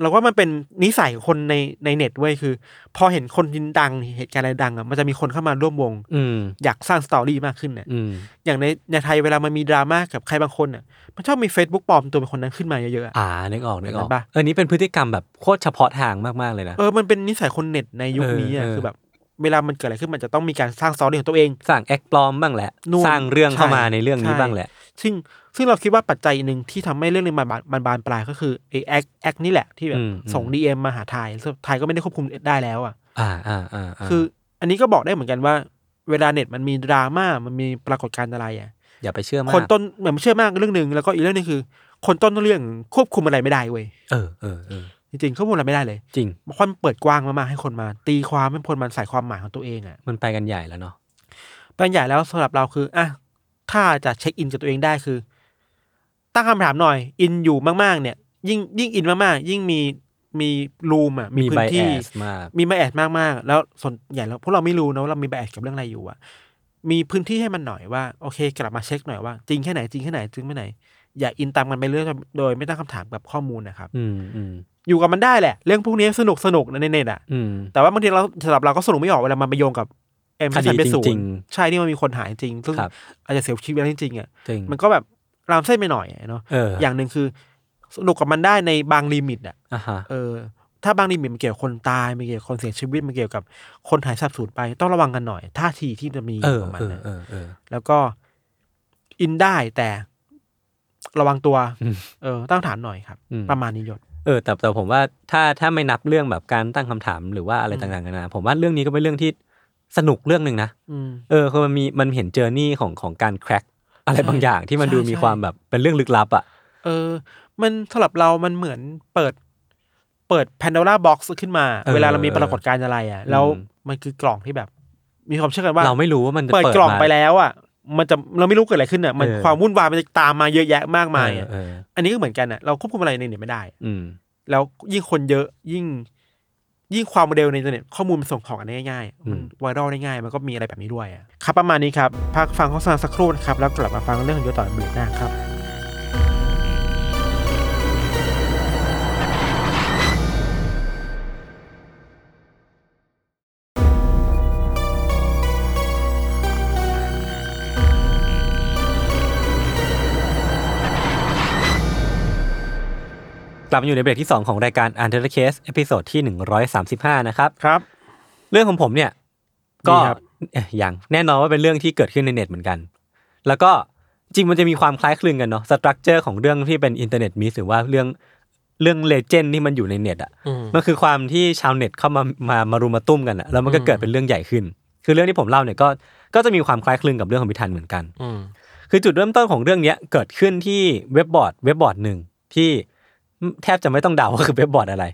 เราว่ามันเป็นนิสัยของคนในในเน็ตเว้ยคือ พอเห็นคนดังเหตุการณ์อะไรดังอ่ะมันจะมีคนเข้ามาร่วมวง
อืม
อยากสร้างสตอรี่มากขึ้นเนี่ย
อืม
อย่างในในไทยเวลามันมีดราม่ากับใครบางคนอ่ะมันชอบมี Facebook ปลอมตัวเป็นคนนั้นขึ้นมาเยอะๆอะ
อ่านึกออกนึกออก
เห็นปะ
เออนี่เป็นพฤติกรรมแบบโคตรเฉพาะทางมากๆเลยนะ
เออ มันเป็นนิสัยคนเน็ตในยุคนี้อ่ะ
เออเออ
คือแบบ เวลามันเกิดอะไรขึ้นมันจะต้องมีการสร้างสตอรี่ของตัวเอง
สร้างแอคปลอมบ้างแหละ
นู่น
สร้างเรื่องเข้ามา
ใช่
ในเรื่องนี้
ใช่
บ้างแหละ
ซึ่ง ซึ่งเราคิดว่าปัจจัยหนึ่งที่ทำให้เรื่องนี้มันบานมันบานปลายก็คือไอ้แอคแอคนี่แหละที่แบ
อื
บ
มอืม
ส่งดีเอ็มมาหาไทยซึ่งไทยก็ไม่ได้ควบคุมได้แล้วอ่ะ
อ่าอ่าอ่าา
คืออันนี้ก็บอกได้เหมือนกันว่า เวลาเน็ตมันมีดราม่ามันมีปรากฏการณ์อะไรอ่ะ
อย่าไปเชื่อมาก
คนต้นเหมือนเชื่อมากเรื่องหนึ่งแล้วก็อีกเรื่องหนึงคือ คนต้นเรื่องควบคุมอะไรไม่ได้เว้ย
เออเออเออ
จริงๆควบคุมอะไรไม่ได้เลย
จริง
คนเปิดกว้างมากๆให้คนมา ตีความให้คนมันใส่ความหมายของตัวเองอ่ะ
มันไปกันใหญ่แล้วเนาะ
เป็นใหญ่แล้วสำหรับเราคืออ่ะถ้าจะเช็คอินกับตัวเองได้คือ ตั้งคำถามหน่อย อินอยู่มากๆ เนี่ย ยิ่งยิ่งอินมากๆ ยิ่งมีมีรูมอ่ะมี
มี
พื้
ไบ
น
แอ
ที่
สมาก
มีไบแอดมากมากๆ แล้วส่วนใหญ่แล้วพวกเราไม่รู้นะว่าเรามีไบแอดกับเรื่องอะไรอยู่อะมีพื้นที่ให้มันหน่อยว่าโอเค กลับมาเช็คหน่อยว่า จริงแค่ไหนจริงแค่ไหนจริงไม่ไหน อย่าอินตามกันไปเรื่อยโดยไม่ตั้งคำถามกับข้อมูลนะครับ
อืมอืม
อยู่กับมันได้แหละ เรื่องพวกนี้สนุกสนุกๆนะในเน็ตอะ
อืม
แต่ว่าบางทีเราสำหรับเราก็สนุกไม่ออกเวลามันไปโยงกับเอ็ม
คดี
ที่ฉันไปสู
จริงๆ
ใช่นี่มันมีคนหายจริงซึ่ง
ครับ
อาจจะเสียชีวิตแล้วจริงๆอะ
จริง
มันก็แบบรามเส้นไปหน่อยอะเนาะ
เออ
อ
อย่าง
หนึ่งคือสนุกกับมันได้ในบางลิมิตอะ
อ่าฮะ
เออถ้าบางทีมันเกี่ยวกับคนตายมันเกี่ยวกับคนเสียชีวิตมันเกี่ยวกับคนหายสับสูญไป ต้องระวังกันหน่อยท่าทีที่จะมี
เออ
ของมัน
เออ
นะ
เออเออ
แล้วก็อินได้แต่ระวังตัว
อืม
เออตั้งฐานหน่อยครับ
อืม
ประมาณนี้ยศ
เออแต่แต่ผมว่าถ้าถ้าไม่นับเรื่องแบบการตั้งคำถามหรือว่าอะไร
อืม
ต่างๆกันานะผมว่าเรื่องนี้ก็เป็นเรื่องที่สนุกเรื่องหนึ่งนะ
อืม
เออคือมันมีมันเห็นเจอร์นี่ของของการแครกอะไร
ใช่
บางอย่างที่มัน
ใช่
ดูมี
ใช่
ความแบบเป็นเรื่องลึกลับอ่ะ
เออ มันสำหรับเรามันเหมือนเปิด เปิดแพนด o ร่าบ็อกซ์ขึ้นมา เวลาเรามีปรากฏการณ์อะไรอ่ะแล้วมันคือกล่องที่แบบ มีความเชื่อกันว่า
เราไม่รู้ว่ามันจะ
เปิด
เปิด
กล่อง
มา
ไปแล้วอ่ะ มันจะเราไม่รู้เกิดอะไรขึ้นอ่ะ มัน
เออ
ความวุ่นวายมันจะตามมาเยอะแยะมากมายอ่ะ
เออเออ
อันนี้ก็เหมือนกันอ่ะ เราควบคุมอะไรในเน็ตไม่ได้
อืม
แล้วยิ่งคนเยอะยิ่ง ยิ่งความเร็วในอินเทอร์เน็ตข้อมูลมันส่งของกันได้ง่ายๆ
อื
มัน
ม
ไวรัลได้ง่ายมันก็มีอะไรแบบนี้ด้วยอ่ะครับประมาณนี้ครับพักฟังโฆษณาสักครู่นะครับ แล้วกลับมาฟังเรื่องของโยต่อในเบรกหน้าครับ
กลับมาอยู่ในเบรกที่ 2 ของรายการ u n t e r Case เอพิโซดที่ 135 นะครับ
ครับ
เรื่องของผมเนี่ย ก็
ดีครับ
เอ่ออย่างแน่นอนว่าเป็นเรื่องที่เกิดขึ้นในเน็ตเหมือนกัน แล้วก็จริงมันจะมีความคล้ายคลึงกันเนาะสตรัคเจอร์ของเรื่องที่เป็นอินเทอร์เน็ตมิสหรือว่าเรื่องเรื่องเลเจนด์ที่มันอยู่ในเน็ตอ่ะมันคือความที่ชาวเน็ตเข้ามามามารุมมาตุ้มกันอะแล้วมันก็เกิดเป็นเรื่องใหญ่ขึ้น คือเรื่องที่ผมเล่าเนี่ยก็ก็จะมีความคล้ายคลึงกับเรื่องของพิธันเหมือนกัน คือจุดเริ่มต้นของเรื่องเนี้ยเกิดขึ้นที่เว็บบอร์ดเว็บบอร์ดหนึ่งที่แทบจะไม่ต้องเดาว่าคือเว็บบอร์ดอะไร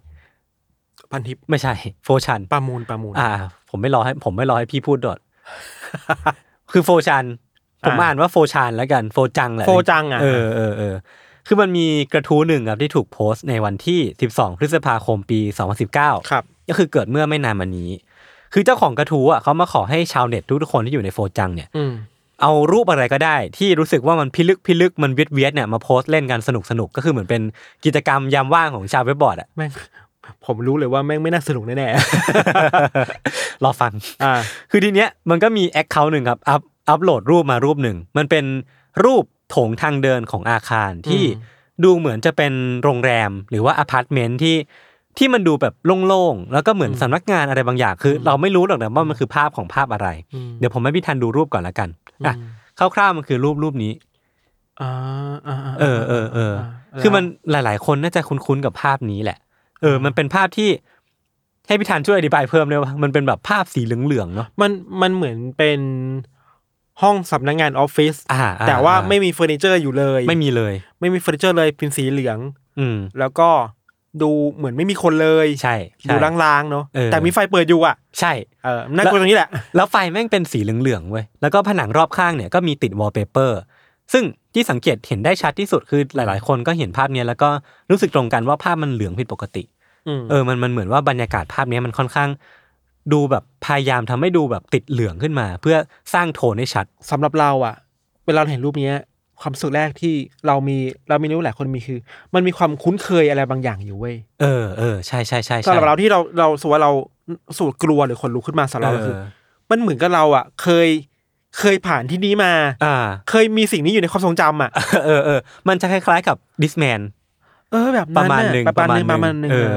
พันทิป
ไม่ใช่โฟชัน
ประมูลประมูล
อ่า ผมไม่รอให้ผมไม่รอให้พี่พูด ดอด คือโฟชันผม
อ่า
อ่านว่าโฟชันแล้วกันโฟจังแหละ
โฟจังอ่ะ
เออเออเออคือมันมีกระทู้หนึ่งครับที่ถูกโพสต์ในวันที่ 12 พฤษภาคมปี 2019
ครับ
ก็คือเกิดเมื่อไม่นานมานี้ คือเจ้าของกระทู้อ่ะเขามาขอให้ชาวเน็ตทุกๆคนที่อยู่ในโฟจังเนี่ย
อืม
เอารูปอะไรก็ได้ที่รู้สึกว่ามันพิลึกพิลึกมันเวียดเวียดเนี่ยมาโพสต์เล่นกันสนุกสนุกก็คือเหมือนเป็นกิจกรรมยามว่างของชาวเว็บบอร์ดอะ
แม่ง ผมรู้เลยว่าแม่งไม่น่าสนุกแน่
รอฟัง
ๆ อ่า
คือทีเนี้ยมันก็มีแอคเคาท์หนึ่งครับอัพอัพโหลดรูปมารูปหนึ่ง มันเป็นรูปโถงทางเดินของอาคารที่
อืม
ดูเหมือนจะเป็นโรงแรมหรือว่าอพาร์ตเมนต์ที่ที่มันดูแบบโล่งๆ แล้วก็เหมือนสำนักงานอะไรบางอย่างคือ เราไม่รู้หรอกนะว่ามันคือภาพของภาพอะไร เดี๋ยวผมให้พี่ทันดูรูปก่อนละกันอ่ะคร่าวๆมันคือรูปรูปนี้
อ่าอ่าา
เออเออเออ
า
คือมันหลาย ๆ คนน่าจะคุ้นๆกับภาพนี้แหละ เออ มันเป็นภาพที่ให้พี่ธันช่วยอธิบายเพิ่มเลยว่ามันเป็นแบบภาพสีเหลืองๆเนาะ
มันมันเหมือนเป็นห้องสำนักงานออฟฟิศ
อ่าอ่
แต่ว่า
อ่
ไม่มีเฟอร์นิเจอร์อยู่เลย
ไม่มีเลย
ไม่มีเฟอร์นิเจอร์เลยเป็นสีเหลือง
อืม
แล้วก็ดูเหมือนไม่มีคนเลย
ใช่ใช่
ดูลางๆเนาะ
เออ
แต่มีไฟเปิดอยู่อ่ะ
ใช่
เออน่ากลัวตรงนี้แหละ
แล้วไฟแม่งเป็นสีเหลืองๆเว้ย แล้วก็ผนังรอบข้างเนี่ยก็มีติดวอลเปเปอร์ ซึ่งที่สังเกตเห็นได้ชัดที่สุดคือหลาย ๆ คนก็เห็นภาพเนี้ยแล้วก็รู้สึกตรงกันว่าภาพมันเหลืองผิดปกติ
อืม
เออ มันมันเหมือนว่าบรรยากาศภาพเนี้ยมันค่อนข้าง ดูแบบพยายามทำให้ดูแบบติดเหลืองขึ้นมา เพื่อสร้างโทนให้ชัด
สำหรับเราอ่ะ เวลาเราเห็นรูปเนี้ย ความรู้สุขแรกที่เรามีเรามีนิ้วหลายคนมีคือ มันมีความคุ้นเคยอะไรบางอย่างอยู่เว้ย
เออเออใช่ใช่ใช่
สำ
ใช่
หรับเราที่เราเราสูว่าเราสูตรกลัวหรือคนรู้ขึ้นมาสำหรับเรา
เอ
คือ
อ
มันเหมือนกับเราอ่ะ เคยเคยผ่านที่นี้มา
อ่า
เคยมีสิ่งนี้อยู่ในความทรงจำอ่ะ
เออเออมันจะคล้ายๆกับดิสแมน
เออแบบ
ประมาณหนึ่ง
ประมาณหนึ่งประมาณหนึ่ง
เออ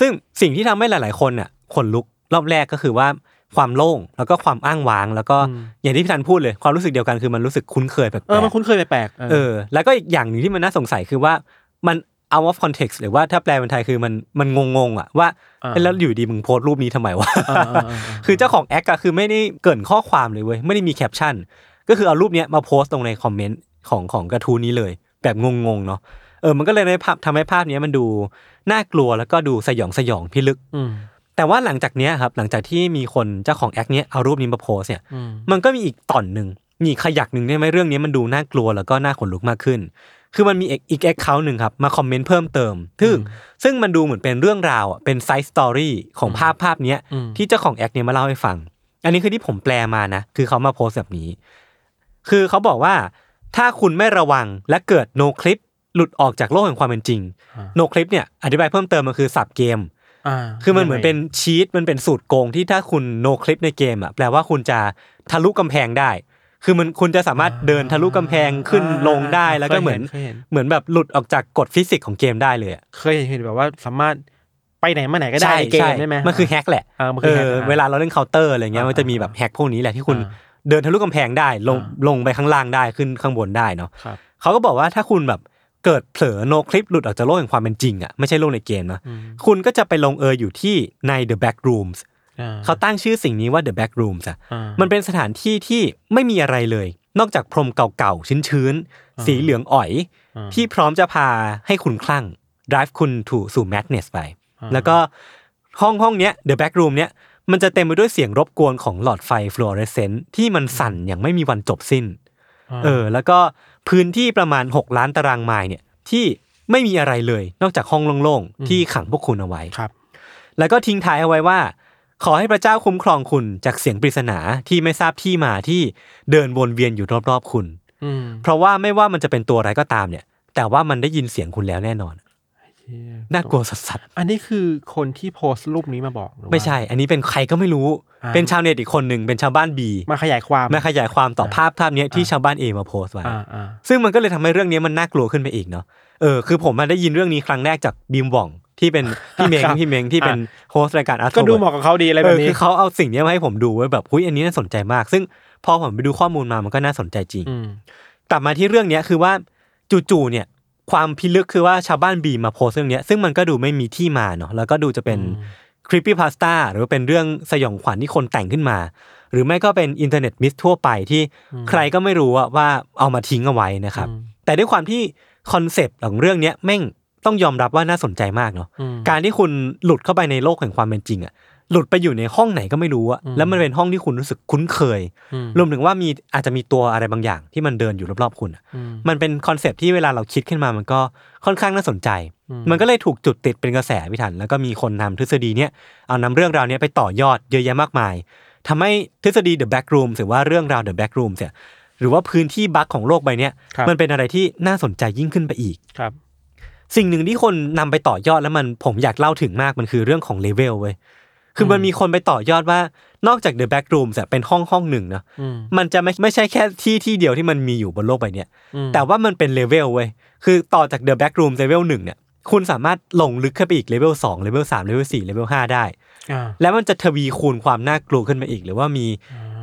ซึ่งสิ่งที่ทำให้หลาย ๆ คนอ่ะขนลุกรอบแรกก็คือว่า ความโล่งแล้วก็ความอ้างว้าง แล้วก็
อืม
อย่างที่พี่ธันพูดเลยความรู้สึกเดียวกันคือมันรู้สึกคุ้นเคยแปลกๆ
เออมันคุ้นเคยแปลกๆ
เออแล้วก็อีกอย่างหนึ่งที่มันน่าสงสัยคือว่ามัน out of context หรือว่าถ้าแปลเป็นไทยคือมันมันงงๆอ่ะว่า
า
เอ้ยแล้วอยู่ดีมึงโพสต์รูปนี้ทำไมวะ
อ่าอ่าอ่า
คือเจ้าของแอคอะคือไม่ได้เกรินข้อความเลยเว้ยไม่ได้มีแคปชั่น ก็คือเอารูปเนี้ยมาโพสต์ตรงในคอมเมนต์ของของกระทู้นี้เลย แบบงงๆเนาะเออมันก็เลยในภาพทำให้ภาพเนี้ยมันดูน่ากลัวแล้วก็ดูสยองสยองพิลึก
อืม
แต่ว่าหลังจากเนี้ยครับหลังจากที่มีคนเจ้าของแอคเนี้ยเอารูปนี้มาโพสต์เนี่ย
อืม
มันก็มีอีกตอนหนึ่งมีอีกขยักหนึ่งได้ไหมเรื่องนี้มันดูน่ากลัวแล้วก็น่าขนลุกมากขึ้น คือมันมีอีกอีกแอคเคาท์หนึ่งครับ มาคอมเมนต์เพิ่มเติมซึ่งซึ่งมันดูเหมือนเป็นเรื่องราวอ่ะเป็นไซส์สตอรี่ของภาพภาพเนี้ย
อืม
ที่เจ้าของแอคเนี่ยมาเล่าให้ฟัง อันนี้คือที่ผมแปลมานะ คือเขามาโพสต์แบบนี้ คือเขาบอกว่า ถ้าคุณไม่ระวังและเกิดโนคลิปหลุดออกจากโลกแห่งความเป็นจริง
อ่า
โนคลิปเนี่ยอธิบายเพิ่มเติมมันคือสับเกม
า
คือมันเหมือนเป็นชีตมันเป็นสูตรโกงที่ถ้าคุณโนคลิปในเกมอ่ะแปลว่าคุณจะทะลุกำแพงได้ คือมันคุณจะสามารถเดินทะลุกำแพงขึ้น
อ่า
ลงได้แล้วก็เหมือน
เคยเห็น
เหมือนแบบหลุดออกจากกฎฟิสิกส์ของเกมได้เลยอะ
เคยเห็นเคยเห็นแบบว่าสามารถไปไหนมาไหนก็ได้
ใช่
ในเกม
ใช่
ใช่ไหม
มันคือแฮกแหละ
เออมัน
เอ
คือแฮก
อ
นะ
เวลาเราเล่นเคาน์เตอร์อะไรเงี้ย
อ่ามั
มันจะมีแบบแฮกพวกนี้แหละที่คุณ
อ่า
เดินทะลุกำแพงได้ลง
อ่า
ลงไปข้างล่างได้ขึ้นข้างบนได้เนาะ
ครับ
เขาก็บอกว่าถ้าคุณแบบเกิดเผลอโนคลิปหลุดออกจากโลกแห่งความเป็นจริงอ่ะไม่ใช่โลกในเกมนะ
อืม
คุณก็จะไปลงเอยอยู่ที่ใน The Back Rooms เขาตั้งชื่อสิ่งนี้ว่า The Back Rooms อ่ะ
อ่ามั
มันเป็นสถานที่ที่ไม่มีอะไรเลย นอกจากพรมเก่าๆ ชื้นๆ สีเหลืองอ่อย
อ่า
ที่พร้อมจะพาให้คุณคลั่ง drive คุณถูสู่ madness ไป แล้วก็ห้องห้องเนี้ย The Back Room เนี้ยมันจะเต็มไปด้วยเสียงรบกวนของหลอดไฟฟลูออเรสเซนต์ที่มันสั่นอย่างไม่มีวันจบสิ้น เออแล้วก็พื้นที่ประมาณ 6 ล้านตารางไมล์เนี่ยที่ไม่มีอะไรเลย นอกจากห้องโล่ง
อื
ๆ
ม
ที่ขังพวกคุณเอาไว้
ครับ
แล้วก็ทิ้งท้ายเอาไว้ว่า ขอให้พระเจ้าคุ้มครองคุณจากเสียงปริศนาที่ไม่ทราบที่มาที่เดินวนเวียนอยู่รอบๆคุณ
อืม
เพราะว่าไม่ว่ามันจะเป็นตัวอะไรก็ตามเนี่ย แต่ว่ามันได้ยินเสียงคุณแล้วแน่นอน น่ากลัวสัส
อันนี้คือคนที่โพสต์รูปนี้มาบอกหรื
ๆ
อว่า
ไม่ใช่ อันนี้เป็นใครก็ไม่รู้
อ่า
เป็นชาวเน็ตอีกคนหนึ่งเป็นชาวบ้านบี
มาขยายความ
มาขยายความต่อภาพภาพเนี้ยที่ชาวบ้านเอมาโพสต์ไว้
อ่าอ่า
ซึ่งมันก็เลยทำให้เรื่องนี้มันน่ากลัวขึ้นไปอีกเนาะ เออ คือผมมาได้ยินเรื่องนี้ครั้งแรกจากบีมหว่องที่เป็นพี่เมงพี่เมงที่เป็นโฮสต์รายการอาร์ต
ก็ดูเหมาะกับเขาดีอะไรแบบ
คื
นี้
อเขาเอาสิ่งนี้มาให้ผมดูไว้ยแบบหุ้ยอันนี้น่าสนใจมาก ซึ่งพอผมไปดูข้อมูลมามันก็น่าสนใจจริง
อืม
กลับมาที่เรื่องเนี้ยคือว่าจู่ๆเนี่ยความพิลึกคือว่าชาวบ้านบีมาโพสต์เรื่องเนี้ยซึ่งมันก็ดูไม่มีที่มาเนาะแล้วก็ดูจะเป็นคริปปี้พาสต้าหรือว่าเป็นเรื่องสยองขวัญที่คนแต่งขึ้นมา หรือไม่ก็เป็นอินเทอร์เน็ตมิสทั่วไปที่ใครก็ไม่รู้อะว่าเอามาทิ้งเอาไว้นะครับ แต่ด้วยความที่คอนเซปต์ของเรื่องเนี้ยแม่งต้องยอมรับว่าน่าสนใจมากเนาะ
อืม
การที่คุณหลุดเข้าไปในโลกแห่งความเป็นจริงอะหลุดไปอยู่ในห้องไหนก็ไม่รู้อะ
อืม
แล้วมันเป็นห้องที่คุณรู้สึกคุ้นเคย
อืม
รวมถึงว่ามีอาจจะมีตัวอะไรบางอย่างที่มันเดินอยู่รอบๆคุณอะ
อืม
มันเป็นคอนเซปต์ที่เวลาเราคิดขึ้นมามันก็ค่อนข้างน่าสนใจ
อืม
มันก็เลยถูกจุดติดเป็นกระแสพิถัน แล้วก็มีคนนำทฤษฎีเนี้ยเอานำเรื่องราวเนี้ยไปต่อยอดเยอะแยะมากมายทำให้ทฤษฎี The Back Room หรือว่าเรื่องราว The Back Room เนี่ยหรือว่าพื้นที่บั๊กของโลกใบเนี้ย
ครับ
มันเป็นอะไรที่น่าสนใจยิ่งขึ้นไปอีก
ครับ
สิ่งหนึ่งที่คนนำไปต่อยอดแล้วมันผมอยากเล่าถึงมากมันคือเรื่องของเลเวลเว้ยคือมันมีคนไปต่อยอดว่านอกจาก The Back Room เนี่ยเป็นห้องห้องหนึ่งเนาะ
อืม
มันจะไม่ไม่ใช่แค่ที่ที่เดียวที่มันมีอยู่บนโลกใบเนี้ย
อืม
แต่ว่ามันเป็นเลเวลเว้ย คือต่อจาก The Back Room เลเวลหนึ่งเนี่ย คุณสามารถลงลึกขึ้นไปอีกเลเวลสองเลเวลสามเลเวลสี่เลเวลห้าได้
อ่า
แล้วมันจะทวีคูณความน่ากลัวขึ้นไปอีก หรือว่ามี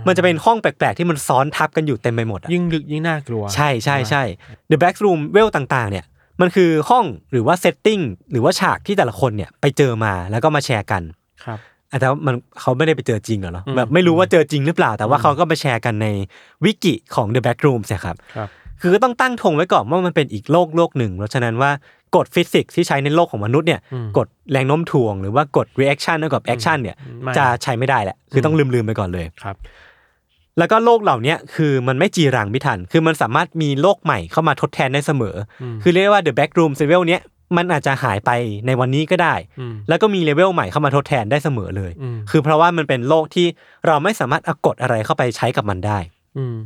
มันจะเป็นห้องแปลกๆ ที่มันซ้อนทับกันอยู่เต็มไปหมดอะ
ยิ่งลึกยิ่งน่ากลัว
ใช่ใช่ใช่ The Back Room เวลต่างๆ เนี่ย มันคือห้องหรือว่าเซตติ้งหรือว่าฉากที่แต่ละคนเนี่ยไปเจอมาแล้วก็มาแชร์กัน
ครับ
อ่ะแต่ว่ามันเขาไม่ได้ไปเจอจริงหรอกเนาะ
อืม
แบบไม่รู้ว่าเจอจริงหรือเปล่า แต่ว่าเขาก็มาแชร์กันในวิกิของ The Back Room ใช่ครับ
ครับ
คือก็ต้องตั้งธงไว้ก่อนว่ามันเป็นอีกโลกโลกหนึ่ง เพราะฉะนั้นว่ากฎฟิสิกส์ที่ใช้ในโลกของมนุษย์เนี่ยกฎแรงโน้มถ่วงหรือว่ากฎ reaction กับ action เนี่ย
ไม่
จะใช้ไม่ได้แหละคือต้องลืมๆไปก่อนเลย
ครับ
แล้วก็โลกเหล่าเนี้ยคือมันไม่จีรังพิถัน คือมันสามารถมีโลกใหม่เข้ามาทดแทนได้เสมออคือเรียกได้ว่า The Backroom l e v e l เนี้ยมันอาจจะหายไปในวันนี้ก็ได้
อืม
แล้วก็มีเลเวลใหม่เข้ามาทดแทนได้เสมอเลย
อืม
คือเพราะว่ามันเป็นโลกที่เราไม่สามารถเอากฎอะไรเข้าไปใช้กับมันได้
อืม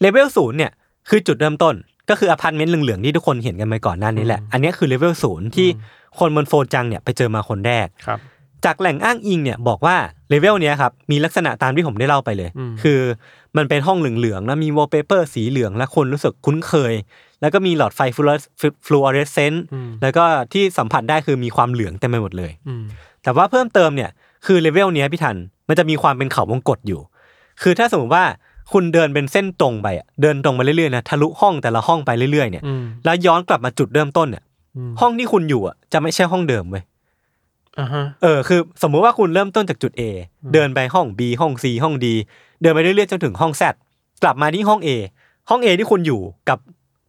เลเวลศูนย์เนี่ยคือจุดเริ่มต้นก็คืออพาร์ตเมนต์เหลือง ๆ ที่ทุกคนเห็นกันไปก่อนหน้านี้แหละ อันเนี้ยคือเลเวลศูนย์ที่คนบนโฟจังเนี่ยไปเจอมาคนแรก
ครับ
จากแหล่งอ้างอิงเนี่ยบอกว่าเลเวลเนี้ยครับมีลักษณะตามที่ผมได้เล่าไปเลย
อืม
คือมันเป็นห้องเหลืองๆแล้วมีวอลเปเปอร์สีเหลืองและคนรู้สึกคุ้นเคย แล้วก็มีหลอดไฟฟลูออเรสเซนต์แล้วก็ที่สัมผัสได้คือมีความเหลืองเต็มไปหมดเลย
อืม
แต่ว่าเพิ่มเติมเนี่ย คือเลเวลเนี้ยพี่ทันมันจะมีความเป็นเขาวงกตอยู่ คือถ้าสมมติว่าคุณเดินเป็นเส้นตรงไปอะเดินตรงมาเรื่อยๆนะทะลุห้องแต่ละห้องไปเรื่อยๆเนี่ย
อืม
แล้วย้อนกลับมาจุดเริ่มต้นเนี่ย
อืม
ห้องที่คุณอยู่อะจะไม่ใช่ห้องเดิมเว้ย
อ่าฮะ
เออคือสมมุติว่าคุณเริ่มต้นจากจุด A
อืม
เดินไปห้อง B ห้อง C ห้อง D เดินไปเรื่อยๆจนถึงห้อง Z กลับมาที่ห้อง A ห้อง A ที่คุณอยู่กับ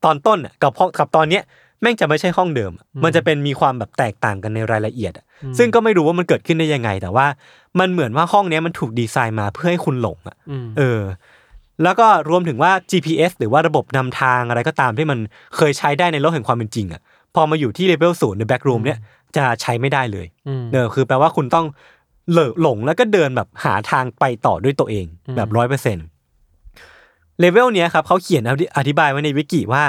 ตอนต้นน่ะกับห้องกับตอนเนี้ยแม่งจะไม่ใช่ห้องเดิม มันจะเป็นมีความแบบแตกต่างกันในรายละเอียดอะซึ่งก็ไม่รู้ว่ามันเกิดขึ้นได้ยังไง แต่ว่ามันเหมือนว่าห้องเนี้ยมันถูกดีไซน์มาเพื่อให้คุณหลงอ่ะ
อืม
เออ แล้วก็รวมถึงว่า GPS หรือว่าระบบนำทางอะไรก็ตามที่มันเคยใช้ได้ในโลกแห่งความเป็นจริงอ่ะพอมาอยู่ที่เลเวลศูนย์ในแบ็กรูมเนี่ยจะใช้ไม่ได้เลย
อืม
เนอคือแปลว่าคุณต้องเหลอหลงแล้วก็เดินแบบหาทางไปต่อด้วยตัวเอง
อืม
แบบร้อยเปอร์เซ็นต์เลเวลเนี้ยครับเขาเขียนอธิบายไว้ในวิกิว่า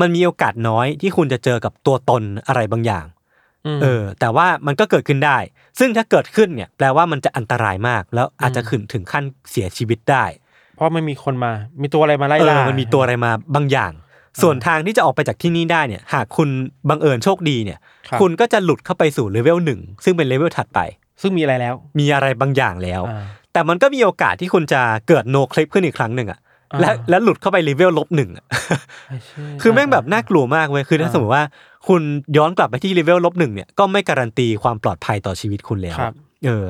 มันมีโอกาสน้อยที่คุณจะเจอกับตัวตนอะไรบางอย่าง
ม
เออ แต่ว่ามันก็เกิดขึ้นได้ ซึ่งถ้าเกิดขึ้นเนี่ยแปลว่ามันจะอันตรายมาก แล้วอาจจะ
อืม
ขึ้นถึงขั้นเสียชีวิตได้
เพราะมันมีคนมา มีตัวอะไรมาไล่
เอ
ล่า
อ
มั
มันมีตัวอะไรมาบางอย่าง ส่วนทางที่จะออกไปจากที่นี่ได้เนี่ย หากคุณบังเอิญโชคดีเนี่ย
ครับ
คุณก็จะหลุดเข้าไปสู่เลเวลหนึ่งซึ่งเป็นเลเวลถัดไป
ซึ่งมีอะไรแล้ว
มีอะไรบางอย่างแล้ว
อ่า
แต่มันก็มีโอกาสที่คุณจะเกิดโนคลิปขึ้นอีกครั้งหนึ่งอะ
อ่า
และและหลุดเข้าไปเลเวลลบหนึ่งอะ
ไอ้เชี่ย
คือแม่งแบบน่ากลัวมากเว้ยคือถ้า
อ่า
สมมติว่าคุณย้อนกลับไปที่เลเวลลบหนึ่งเนี่ยก็ไม่การันตีความปลอดภัยต่อชีวิตคุณแล้ว
ครับ
เออ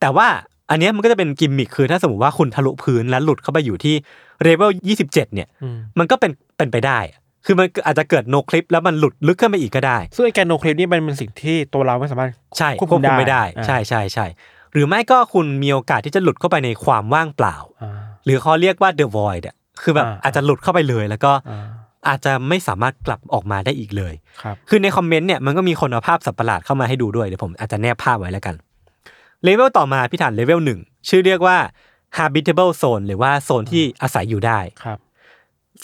แต่ว่าอันเนี้ยมันก็จะเป็นกิมมิคคือถ้าสมมติว่าคุณทะลุพื้นและหลุดเข้าไปอยู่ที่เลเวลยี่สิบเจ็ดเนี่ย
อืม
มันก็เป็นเป็นไปได้อะคือมันอาจจะเกิดโนคลิปแล้วมันหลุดลึกขึ้นไปอีกก็ได้
ซึ่งไอ้แกนโนคลิปนี่มันเป็นสิ่งที่ตัวเราไม่สามารถ
ใช่ค
ค
ว ว
บบ คุ
คุ
ม
ม
ได้
ไม่ได้
อ่า
ใช่ใช่ใช่หรือไม่ก็คุณมีโอกาสที่จะหลุดเข้าไปในความว่างเปล่า
อ่า
หรือเขาเรียกว่า the void อะคือแบบ
อ่า
อาจจะหลุดเข้าไปเลยแล้วก็
อ่า
อาจจะไม่สามารถกลับออกมาได้อีกเลย
ครับ
คือในคอมเมนต์เนี่ยมันก็มีคนเอาภาพสัตว์ประหลาดเข้ามาให้ดูด้วยเดี๋ยวผมอาจจะแนบภาพไว้แล้วกันเลเวลต่อมาพี่ถันเลเวลหนึ่งชื่อเรียกว่า habitable zone หรือว่าโซนที่อาศัยอยู่ได้
ครับ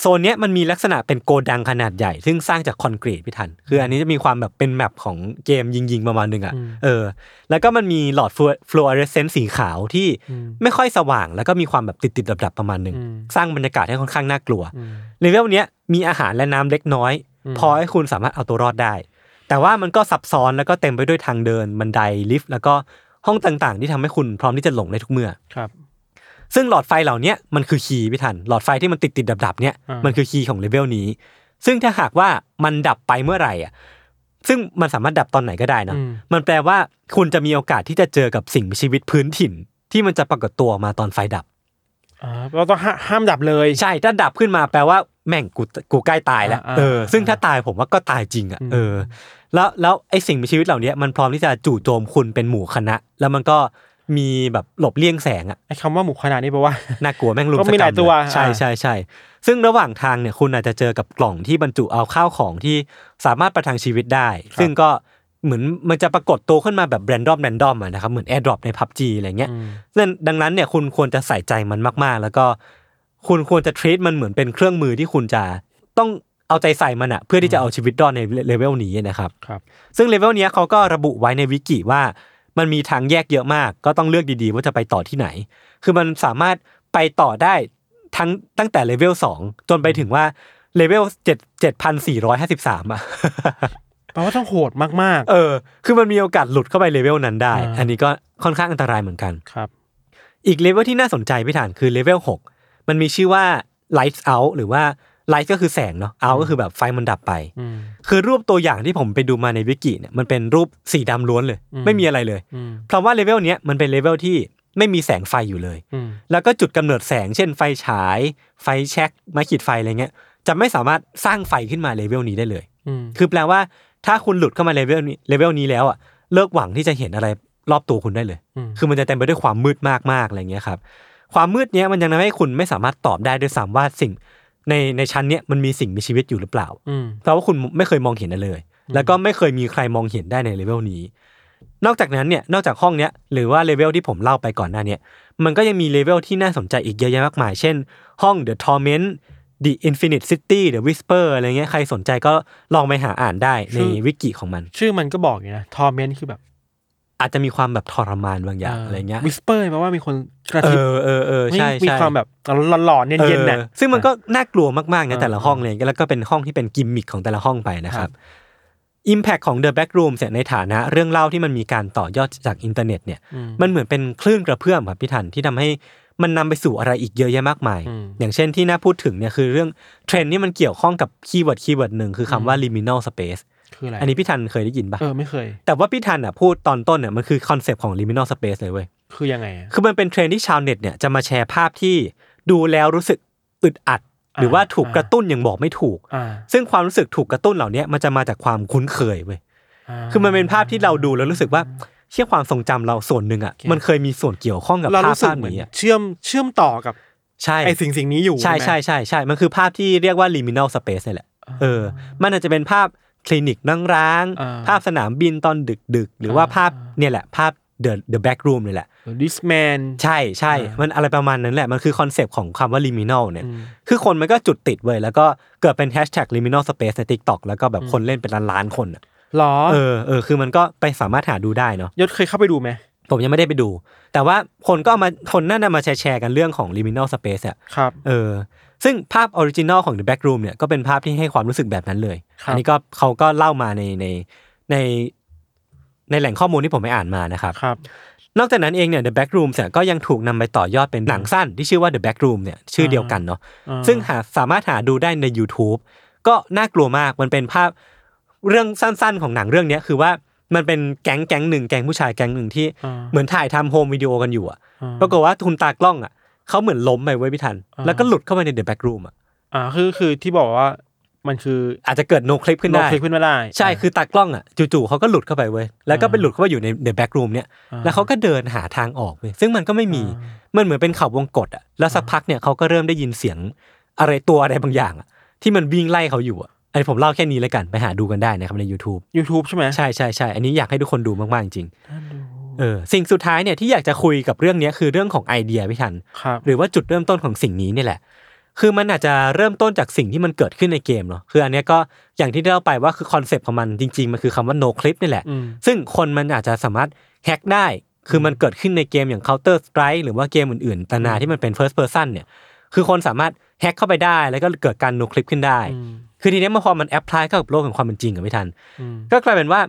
โซนเนี้ยมันมีลักษณะเป็นโกดังขนาดใหญ่ ซึ่งสร้างจากคอนกรีตพี่ทัน คืออันนี้จะมีความแบบเป็นแมปของเกมยิง ๆ ประมาณหนึงอ่ะ
อืม
เออ แล้วก็มันมีหลอดฟลูออเรสเซนต์สีขาวที่
อืม
ไม่ค่อยสว่าง แล้วก็มีความแบบติด ๆ ดับ ๆ ประมาณหนึง
อืม
สร้างบรรยากาศให้ค่อนข้างน่ากลัว
อืม
เลเวลเนี้ยมีอาหารและน้ำเล็กน้อย
อืม
พอให้คุณสามารถเอาตัวรอดได้ แต่ว่ามันก็ซับซ้อนแล้วก็เต็มไปด้วยทางเดินบันไดลิฟต์แล้วก็ห้องต่างๆ ที่ทำให้คุณพร้อมที่จะหลงได้ทุกเมื่อ
ครับ
ซึ่งหลอดไฟเหล่าเนี้ยมันคือคีย์พี่ทัน หลอดไฟที่มันติดติดดับดับๆเนี่ย
อ่ามั
มันคือคีย์ของเลเวลนี้ ซึ่งถ้าหากว่ามันดับไปเมื่อไหร่อ่ะซึ่งมันสามารถดับตอนไหนก็ได้นะ
อืม
มันแปลว่าคุณจะมีโอกาสที่จะเจอกับสิ่งมีชีวิตพื้นถิ่น ที่มันจะปรากฏตัวมาตอนไฟดับ
อ่าเราต้องห้าห้ามดับเลย
ใช่ถ้าดับขึ้นมาแปลว่าแม่งกูกูใกล้ตายแล้ว
อ่าอ่า
เออซึ่ง
อ่า
ถ้าตายผมว่าก็ตายจริงอ่ะ
อืม
เออ แล้วแล้วไอสิ่งมีชีวิตเหล่าเนี้ยมันพร้อมที่จะจู่โจมคุณเป็นหมู่คณะ แล้วมันก็มีแบบหลบเลี่ยงแสงอ่ะ
ไอ้คำว่าหมูขนาดนี้แปลว่า
น่ากลัวแม่งลุม
ก็มีหลา
ส
ย
กรร
ตัว
เใช่
อ่า
ใช่ใช่ซึ่งระหว่างทางเนี่ยคุณอาจจะเจอกับกล่องที่บรรจุเอาข้าวของที่สามารถประทังชีวิตได้ ซึ่งก็เหมือนมันจะปรากฏตัวขึ้นมาแบบแรนดอมแรนดอมนะครับเหมือนแอร์ดรอปในพับจีอะไรเงี้ย
อืม
นั่นดังนั้นเนี่ยคุณควรจะใส่ใจมันมากๆ แล้วก็คุณควรจะ treat มันเหมือนเป็นเครื่องมือที่คุณจะต้องเอาใจใส่มันอะเพื่อที่จะเอาชีวิตรอดในเลเวลนี้นะครับ
ครับ
ซึ่งเลเวลเนี้ยเขาก็ระบุไว้ในวิกิว่า มันมีทางแยกเยอะมาก ก็ต้องเลือกดีๆ ว่าจะไปต่อที่ไหน คือมันสามารถไปต่อได้ทั้งตั้งแต่เลเวล2จนไปถึงว่าเลเวล7 7,453 อ่ะ
แปลว่าต้องโหดมาก
เออ คือมันมีโอกาสหลุดเข้าไปเลเวลนั้นได้
อ่า
อันนี้ก็ค่อนข้างอันตรายเหมือนกัน
ๆ ครับ
อีกเลเวลที่น่าสนใจพี่ฐานคือเลเวล6มันมีชื่อว่า lights out หรือว่า light ก็คือแสงเนาะ out ก็คือแบบไฟมันดับไป
อืม
คือรูปตัวอย่างที่ผมไปดูมาในวิกิเนี่ยมันเป็นรูปสีดำล้วนเลย
อืม
ไม่มีอะไรเลย
อืม
เพราะว่าเลเวลเนี้ยมันเป็นเลเวลที่ไม่มีแสงไฟอยู่เลย
อืม
แล้วก็จุดกำเนิดแสง เช่นไฟฉาย ไฟแช็กไม้ขีดไฟอะไรเงี้ยจะไม่สามารถสร้างไฟขึ้นมาเลเวลนี้ได้เลย
อืม
คือแปลว่าถ้าคุณหลุดเข้ามาเลเวลนี้เลเวลนี้แล้วอ่ะเลิกหวังที่จะเห็นอะไรรอบตัวคุณได้เลย
ม
คือมันจะเต็มไปด้วยความมืดมากๆอะไรเงี้ยครับความมืดเนี้ยมันยังทำให้คุณไม่สามารถตอบได้ด้วยซ้ำว่าสิ่งในในชั้นเนี้ยมันมีสิ่งมีชีวิตอยู่หรือเปล่า
อืม
เพราะว่าคุณไม่เคยมองเห็นอะไรเลย แล้วก็ไม่เคยมีใครมองเห็นได้ในเลเวลนี้ นอกจากนั้นเนี่ย นอกจากห้องเนี้ย หรือว่าเลเวลที่ผมเล่าไปก่อนหน้าเนี้ย มันก็ยังมีเลเวลที่น่าสนใจอีกเยอะแยะมากมาย เช่น ห้อง The Torment The Infinite City The Whisper อะไรเงี้ย ใครสนใจก็ลองไปหาอ่านได้ใน
ชื่อ
วิกิของมัน
ชื่อมันก็บอกอยู่นะทอเมนคือแบบ
อาจจะมีความแบบทรมานบางอย่างอะไรเงี้ย
วิสเปอร์แปลว่ามีคนกระ
เอ
ทิบ
อเออเออ
มี
ใช่
มี
ใช่
ความแบบหลอนๆเย็นๆน่ะ
ออซึ่งมันก็น่ากลัวมากๆ
เอ
นะ
อ
แต่ละห้องเลย แล้วก็เป็นห้องที่เป็นกิมมิคของแต่ละห้องไปนะครับ Impact ของ The Backroom เนี่ยในฐานะเรื่องเล่าที่มันมีการต่อยอดจากอินเทอร์เน็ตเนี่ย
อืม
มันเหมือนเป็นคลื่นกระเพื่อมครับพี่ทันที่ทำให้มันนำไปสู่อะไรอีกเยอะแยะมากมาย
อืม
อย่างเช่นที่น่าพูดถึงเนี่ยคือเรื่องเทรนด์นี่มันเกี่ยวข้องกับคีย์เวิร์ดคีย์เวิร์ดหนึ่งคือคำว่า liminal space
คืออะไร
อันนี้พี่ทันเคยได้ยินปะ
เออไม่เคย
แต่ว่าพี่ทันอ่ะพูดตอนต้นเนี่ยมันคือคอนเซปต์ของ liminal space เลยเว้ย
คือยังไงอะ
คือมันเป็นเทรนด์ที่ชาวเน็ตเนี่ยจะมาแชร์ภาพที่ดูแล้วรู้สึกอึดอัด หรือว่าถูก
อ่า
กระตุ้นอย่างบอกไม่ถูก
อ่า
ซึ่งความรู้สึกถูกกระตุ้นเหล่าเนี้ยมันจะมาจากความคุ้นเคยเว้ย
า
คือมันเป็นภาพที่เราดูแล้วรู้สึกว่าเชื่อความทรงจำเราส่วนหนึ่งอ่ะ
โอเค
มันเคยมีส่วนเกี่ยวข้องกับ
เรา
ภาพ
รู้สึก
ภาพ
เหมือน
นี้อ่ะ
เชื่อมเชื่อมต่อกับ
ใช่
ไอสิ่งสิ่งนี้อยู่
ใช่
ไหม
ใช่ใช่ใช่ มันคือภาพที่เรียกว่า liminal space นี่แหละ เออ มันอาจจะเป็นภาพคลินิกนั่งร้าง
อ่า
ภาพสนามบินตอนดึกดึกๆหรือว่า
อ่า
ภาพเนี่ยแหละภาพ the the back room นี่แหละ
this man
ใช่ใช่
อ่ามั
มันอะไรประมาณนั้นแหละ มันคือคอนเซปต์ของคำว่า liminal เนี่ย
อืม
คือคนมันก็จุดติดเว้ยแล้วก็เกิดเป็นแฮชแท็ก liminal space ใน TikTok แล้วก็แบบคนเล่นเป็นล้านๆคนอะ
หรอ
เออเออคือมันก็ไปสามารถหาดูได้เนาะ
ยศเคยเข้าไปดูไหม
ผมยังไม่ได้ไปดู แต่ว่าคนก็เอามาคนนั่นนะมาแชร์แชร์กันเรื่องของ liminal space อ่ะ
ครับ
เออ ซึ่งภาพออริจินอลของ The Back Room เนี่ยก็เป็นภาพที่ให้ความรู้สึกแบบนั้นเลย
ครับ
อันี้ก็เขาก็เล่ามาในในในในแหล่งข้อมูลที่ผมไปอ่านมานะครับ
ครับ
นอกจากนั้นเองเนี่ย The Back Room เนี่ยก็ยังถูกนำไปต่อยอดเป็นหนังสั้นที่ชื่อว่า The Back Room เนี่ยชื่อเดียวกันเนาะ
อ่า
ซึ่งหาสามารถหาดูได้ใน YouTube ก็น่ากลัวมาก มันเป็นภาพเรื่องสั้นๆของหนังเรื่องเนี้ยคือว่ามันเป็นแก๊งแก๊งหนึ่งแก๊งผู้ชายแก๊งหนึ่งที่
อ่า
เหมือนถ่ายทำโฮมวิดีโอกันอยู่อะ
อ่า
ปรากฏว่าคุณตากล้องอะเขาเหมือนล้มไปไว้ยพี่ทัน
อ่า
แล้วก็หลุดเข้าไปในเดอะแบ็กรูมอะ
อ่าคือคือที่บอกว่ามันคือ
อาจจะเกิดโนคลิปขึ้น
ล
ได้
งคลิปขึ้นมาได้
ใช่
า
คือตากล้องอะจู่ๆเขาก็หลุดเข้าไปเว้ย แล้วก็ไปหลุดเข้าไปอยู่ในเดอะแบ็กรูมเนี่ย
อ่า
แล้วเขาก็เดินหาทางออกเว้ย ซึ่งมันก็ไม่มี มันเหมือนเป็นเขาวงกตอะแล้วสักพักเนี่ยเขาก็เริ่มได้ยินเสียงอะไรตัวอะไรบางอย่างอะที่มันวิ่งไล่เขาอยู่อะอันนี้ผมเล่าแค่นี้แล้วกันไปหาดูกันได้นะครับใน YouTube
YouTube ใช่ไหม
ใช่ใช่ใช่ อันนี้อยากให้ทุกคนดูมากๆจริงๆเออ สิ่งสุดท้ายเนี่ยที่อยากจะคุยกับเรื่องเนี้ยคือเรื่องของไอเดียพี่ทัน
ครับ
หรือว่าจุดเริ่มต้นของสิ่งนี้เนี่ยแหละ คือมันอาจจะเริ่มต้นจากสิ่งที่มันเกิดขึ้นในเกมเนาะ คืออันเนี้ยก็อย่างที่ได้เล่าไปว่าคือคอนเซปต์ของมันจริง ๆ มันคือคำว่า no clip นี่แหละ
อืม
ซึ่งคนมันอาจจะสามารถแฮ็กได้ คือมันเกิดขึ้นในเกมอย่าง Counter Strike หรือว่าเกมอื่นๆ ตนาที่มันเป็น First Person เนี่ย คือคนสามารถแฮ็กเข้าไปได้ แล้วก็เกิดการ no clip ขึ้นได้
อืม
คือทีเนี้ยมันพอมันแอพพลายเข้ากับโลกของความเป็นจริงกับไม่ทัน
อืม
ก็กลายเป็นว่า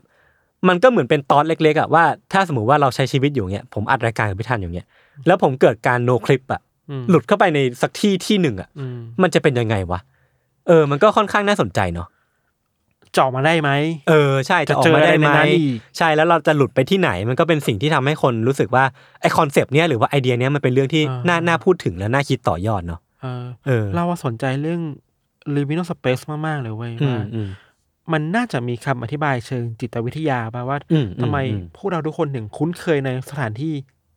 มันก็เหมือนเป็นตอนเล็กๆอะว่าถ้าสมมติว่าเราใช้ชีวิตอยู่เงี้ยผมอัดรายการกับพี่ทันอยู่เงี้ยแล้วผมเกิดการโนคลิปอะ
อืม
หลุดเข้าไปในสักที่ที่หนึ่งอะ
อืม
มันจะเป็นยังไงวะเออ มันก็ค่อนข้างน่าสนใจเนาะ
เจาะมาได้ไหม
เออใช่จะออกมาได้ไหม
จะเจออะไรในนั้นอีก
ใช่แล้วเราจะหลุดไปที่ไหน มันก็เป็นสิ่งที่ทำให้คนรู้สึกว่าไอคอนเซปต์เนี้ยหรือว่าไอเดียเนี้ยมันเป็นเรื่องที่น่าน่าพูดถึงและน่าคิดต่อยอดเนาะ
เออ
เออ
เราว่าสนใจเรื่อง liminal space มาก ๆ เลยเว้ย
อื
ว่าม
อืม
มันน่าจะมีคำอธิบายเชิงจิตวิทยาป่ะว่า
อืมอืม
ทำไม
อืม
พวกเราทุกคนถึงคุ้นเคยในสถานที่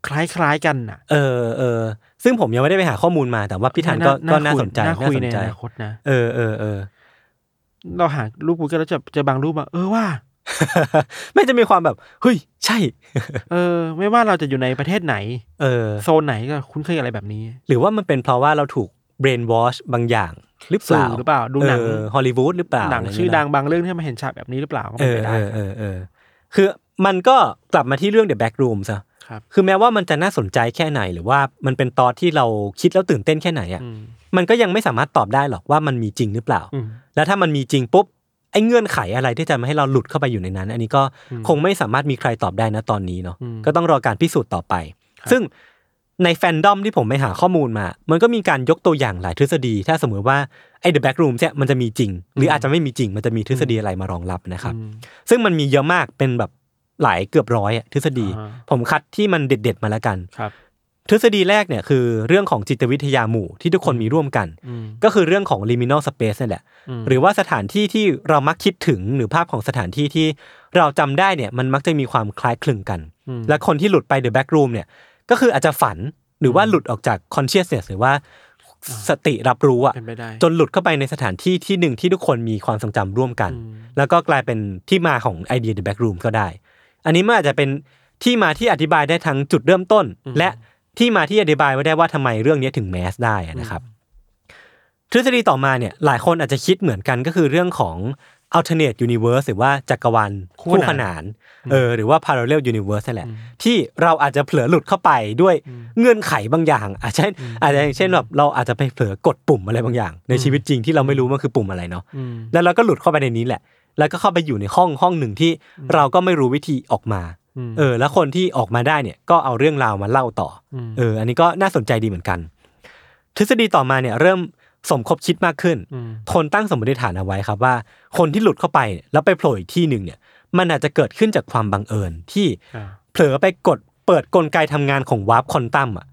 คล้าย ๆ กันน่ะ
เออเออซึ่งผมยังไม่ได้ไปหาข้อมูลมาแต่ว่าพี่ทันก็ก็น่าสนใจ
น่า
น่า
คุย
สน
ใน
ใจ
อนาคตนะ
เออเออเออ
เราหารูปกูก็แล้วจะเจอบางรูปว่าเออว่า
ไม่จะมีความแบบเฮ้ยใช่
เออ ไม่ว่าเราจะอยู่ในประเทศไหน
เออ
โซนไหนก็คุ้นเคยอะไรแบบนี้
หรือว่ามันเป็นเพราะว่าเราถูก brain wash บางอย่าง หรือเป
สื่
ล่า
อหรือเปล่าดูหนัง
เออฮอลลีวูดหรือเป
หนัง
ล่าะไร
ชื่อ
เยนะ
ดังบางเรื่องที่มันเห็นฉากแบบนี้หรือเปล่าก็
เอ
เป็
อ
นไปได้
เออเออเออคือมันก็กลับมาที่เรื่อง the back room ซะ
ครับ
คือแม้ว่ามันจะน่าสนใจแค่ไหน หรือว่ามันเป็นตอนที่เราคิดแล้วตื่นเต้นแค่ไหนอ่ะ
อืม
มันก็ยังไม่สามารถตอบได้หรอกว่ามันมีจริงหรือเปล่า
อืม
แล้วถ้ามันมีจริงปุ๊บไอ้เงื่อนไขอะไรที่จะมาให้เราหลุดเข้าไปอยู่ในนั้น อันนี้ก็คงไม่สามารถมีใครตอบได้นะตอนนี้เนาะ
อืม
ก็ต้องรอการพิสูจน์ต่อไป
ครับ
ซึ่งในแฟนดอมที่ผมไปหาข้อมูลมา มันก็มีการยกตัวอย่างหลายทฤษฎี ถ้าสมมติว่าไอ้ The Back Room เนี่ยมันจะมีจริง หรืออาจจะไม่มีจริง มันจะมีทฤษฎีอะไรมารองรับนะครับ
อืม
ซึ่งมันมีเยอะมากเป็นแบบหลายเกือบร้อยอะทฤษฎี
อ่า
ผมคัดที่มันเด็ด ๆ มาแล้วกัน
ครับ
ทฤษฎีแรกเนี่ยคือเรื่องของจิตวิทยาหมู่ที่ทุกคนมีร่วมกัน
อืม
ก็คือเรื่องของ liminal space นี่นแหละ
อืม
หรือว่าสถานที่ที่เรามักคิดถึงหรือภาพของสถานที่ที่เราจำได้เนี่ยมันมักจะมีความคล้ายคลึงกัน และคนที่หลุดไป the back room เนี่ยก็คืออาจจะฝันหรือว่าหลุดออกจาก consciousness หรือว่าสติรับรู้อะ
เป็นไปได้
จนหลุดเข้าไปในสถานที่ที่หนึ่งที่ทุกคนมีความทรงจำร่วมกัน
อืม
แล้วก็กลายเป็นที่มาของไอเดีย the back room ก็ได้ อันนี้มันอาจจะเป็นที่มาที่อธิบายได้ทั้งจุดเริ่มต้น และที่มาที่อธิบายไว้ได้ว่าทำไมเรื่องนี้ถึงแมสได้อะนะครับ ทฤษฎีต่อมาเนี่ยหลายคนอาจจะคิดเหมือนกันก็คือเรื่องของ alternate universe หรือว่าจักรวาล
คู่
คู่
ข
ข
นาน
านเออหรือว่า parallel universe นั่นแหละ ที่เราอาจจะเผลอหลุดเข้าไปด้วยเงื่อนไขบางอย่าง อาจจะอาจจะอย่างเช่นแบบเราอาจจะไปเผลอกดปุ่มอะไรบางอย่าง ในชีวิตจริงที่เราไม่รู้มันคือปุ่มอะไรเนาะ
อืม
แล้วเราก็หลุดเข้าไปในนี้แหละ แล้วก็เข้าไปอยู่ในห้องห้องหนึ่งที่เราก็ไม่รู้วิธีออกมา
ม
เออ แล้วคนที่ออกมาได้เนี่ยก็เอาเรื่องราวมาเล่าต่ออ
ม
เออ อันนี้ก็น่าสนใจดีเหมือนกัน ทฤษฎีต่อมาเนี่ยเริ่มสมคบคิดมากขึ้น
ม
คนตั้งสมมติฐานเอาไว้ครับว่า คนที่หลุดเข้าไปเนี่ยแล้วไปโผล่อีกที่หนึ่งเนี่ย มันอาจจะเกิดขึ้นจากความบังเอิญที่
อ่า
เผลอไปกดเปิดกลไกทำงานของวาร์ปคอนตัมอ่ะ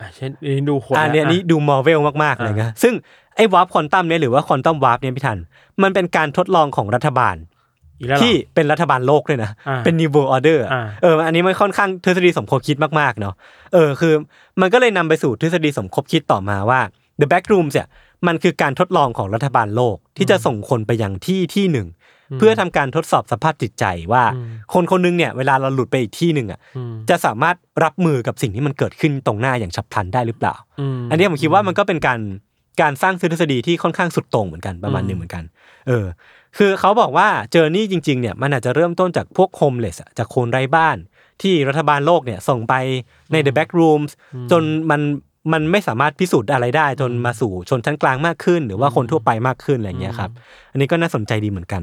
อ่ะเช่นอันนี้ดูคน
อัน
ละ
เนี้ยอันนี้
ะ
ดูมอร์เวลมาก ๆ
อ่า
เลยนะซึ่งไอ้วาร์ปควอนตัมเนี่ยหรือว่าควอนตัมวาร์ปเนี่ยพี่ทัน มันเป็นการทดลองของรัฐบาล
อีกแล้วเหรอ
ที่เป็นรัฐบาลโลกด้วยนะ
อ่า
เป็น New World Order อะ
อ่า
เออ อันนี้มันค่อนข้างทฤษฎีสมคบคิดมาก ๆ เนาะเออคือ มันก็เลยนำไปสู่ทฤษฎีสมคบคิดต่อมาว่า The Backrooms เนี่ยมันคือการทดลองของรัฐบาลโลกที่จะส่งคนไปยังที่ที่หนึ่ง เพื่อทำการทดสอบสภาพจิตใจว่า คนคนนึงเนี่ยเวลาเราหลุดไปอีกที่หนึ่งอ่ะ
อืม
จะสามารถรับมือกับสิ่งที่มันเกิดขึ้นตรงหน้าอย่างฉับพลันได้หรือเปล่า
ม
อันเนี้ยผมคิดว่ามันก็เป็นการการสร้างทฤษฎีที่ค่อนข้างสุดโต่งเหมือนกันประมาณหนึ่งเหมือนกัน เออ คือเขาบอกว่าเจอร์นี่จริงๆเนี่ยมันอาจจะเริ่มต้นจากพวกโฮมเลสจากคนไร้บ้าน ที่รัฐบาลโลกเนี่ยส่งไปใน The Back Rooms จนมันมันไม่สามารถพิสูจน์อะไรได้ จนมาสู่ชนชั้นกลางมากขึ้น หรือว่าคนทั่วไปมากขึ้นอะไรอย่างเงี้ยครับ อันนี้ก็น่าสนใจดีเหมือนกัน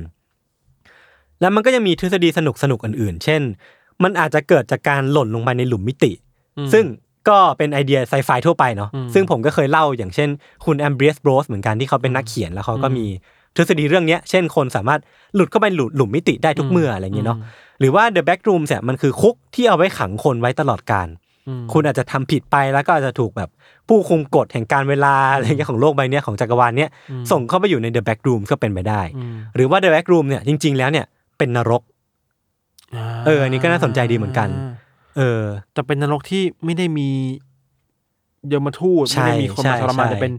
แล้วมันก็ยังมีทฤษฎีสนุกสนุกๆอื่น ๆ เช่น มันอาจจะเกิดจากการหล่นลงไปในหลุมมิติ ซึ่งก็เป็นไอเดียไซไฟทั่วไปเนาะ
อืม
ซึ่งผมก็เคยเล่าอย่างเช่น คุณแอมเบรียสโบรสเหมือนกันที่เขาเป็นนักเขียนแล้วเขาก็มีทฤษฎีเรื่องเนี้ย เช่นคนสามารถหลุดเข้าไปหลุดหลุมมิติได้ทุกเมื่ออะไรอย่างเงี้ยเนาะ หรือว่า The Back Room เนี่ยมันคือคุกที่เอาไว้ขังคนไว้ตลอดการ
อืม
คุณอาจจะทำผิดไปแล้วก็อาจจะถูกแบบผู้คุมกฎแห่งการเวลาอะไรเงี้ยของโลกใบเนี้ยของจักรวาลเนี้ยส่งเข้าไปอยู่ใน The Back Room ก็เป็นไปได้
อืม
หรือว่า The Back Room เนี่ยจริง ๆ แล้วเนี่ยเป็นนรก เอออันนี้ก็น่าสนใจดีเหมือนกัน เออ
จะเป็นนรกที่ไม่ได้มีเยมทูต
ใช่
ไม่ได้มีคน
ใช่
มาทรมาน
ใช่
แต่เป็น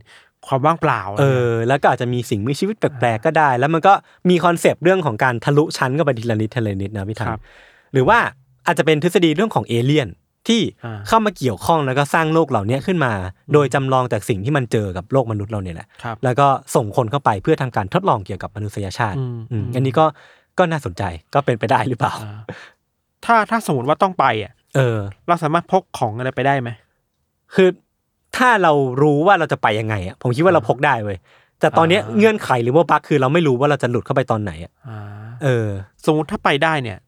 ความว่างเปล่า
เออแล้วก็อาจจะมีสิ่งมีชีวิตแปลกๆก็ได้ แล้วมันก็มีคอนเซปต์เรื่องของการทะลุชั้นก็ไปทีละนิดทีละนิดนะพี่ทัน
ครับ
หรือว่าอาจจะเป็นทฤษฎีเรื่องของเอเลี่ยนที่
อ่า
เข้ามาเกี่ยวข้องแล้วก็สร้างโลกเหล่านี้ขึ้นมา โดยจำลองจากสิ่งที่มันเจอกับโลกมนุษย์เราเนี่ยแหละ
ครับ
แล้วก็ส่งคนเข้าไปเพื่อทำการทดลองเกี่ยวกับมนุษยชาติ
อืม
อืม
อืม
อันนี้ก็ก็น่าสนใจก็เป็นไปได้หรือเปล่า
อ่าถ้าถ้าสมมติว่าต้องไปอ่ะ
เออ
เราสามารถพกของอะไรไปได้ไหม
คือถ้าเรารู้ว่าเราจะไปยังไงอ่ะผมคิดว่าเราพกได้เว้ยแต่ตอนเนี้ย
อ่า
เงื่อนไขหรือว่าบั๊กคือเราไม่รู้ว่าเราจะหลุดเข้าไปตอนไหนอ่ะ
อ่า
เออ
สมมติถ้าไปได้เนี่ย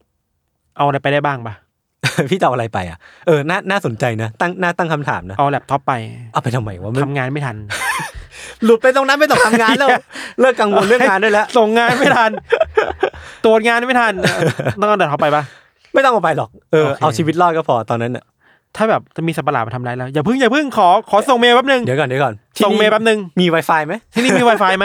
เอาอะไรไปได้บ้างปะ
พี่จะเอาอะไรไปอ่ะ เออ น่า น่าสนใจนะ ตั้ง น่าตั้งคำถามนะ
เอาแล็ปท็อปไป
เอาไปทำไมวะมัน
ทำงานไม่ทัน
หลุดไปตรงนั้นไม่ต้องทำงาน แล้ว เลิกกังวลเรื่องงานด้วยแล้ว
ส่งงานไม่ทัน ตรวจงานไม่ทันเออต้องเอาแล็ปท็อปไปปะ
ไม่ต้องเอาไปหรอก เออ
โอเค
เอาชีวิตรอดก็พอตอนนั้นน่ะ
ถ้าแบบจะมีสัตว์ประหลาดมาทำร้ายแล้วอย่าเพิ่งอย่าเพิ่งขอขอส่งเมลแป๊บนึง
เดี๋ยวก่อนเดี๋ยวก่อนที่
ส่งเมลแป๊บนึง
มี Wi-Fi ไหม
ที่นี่มี Wi-Fi ไหม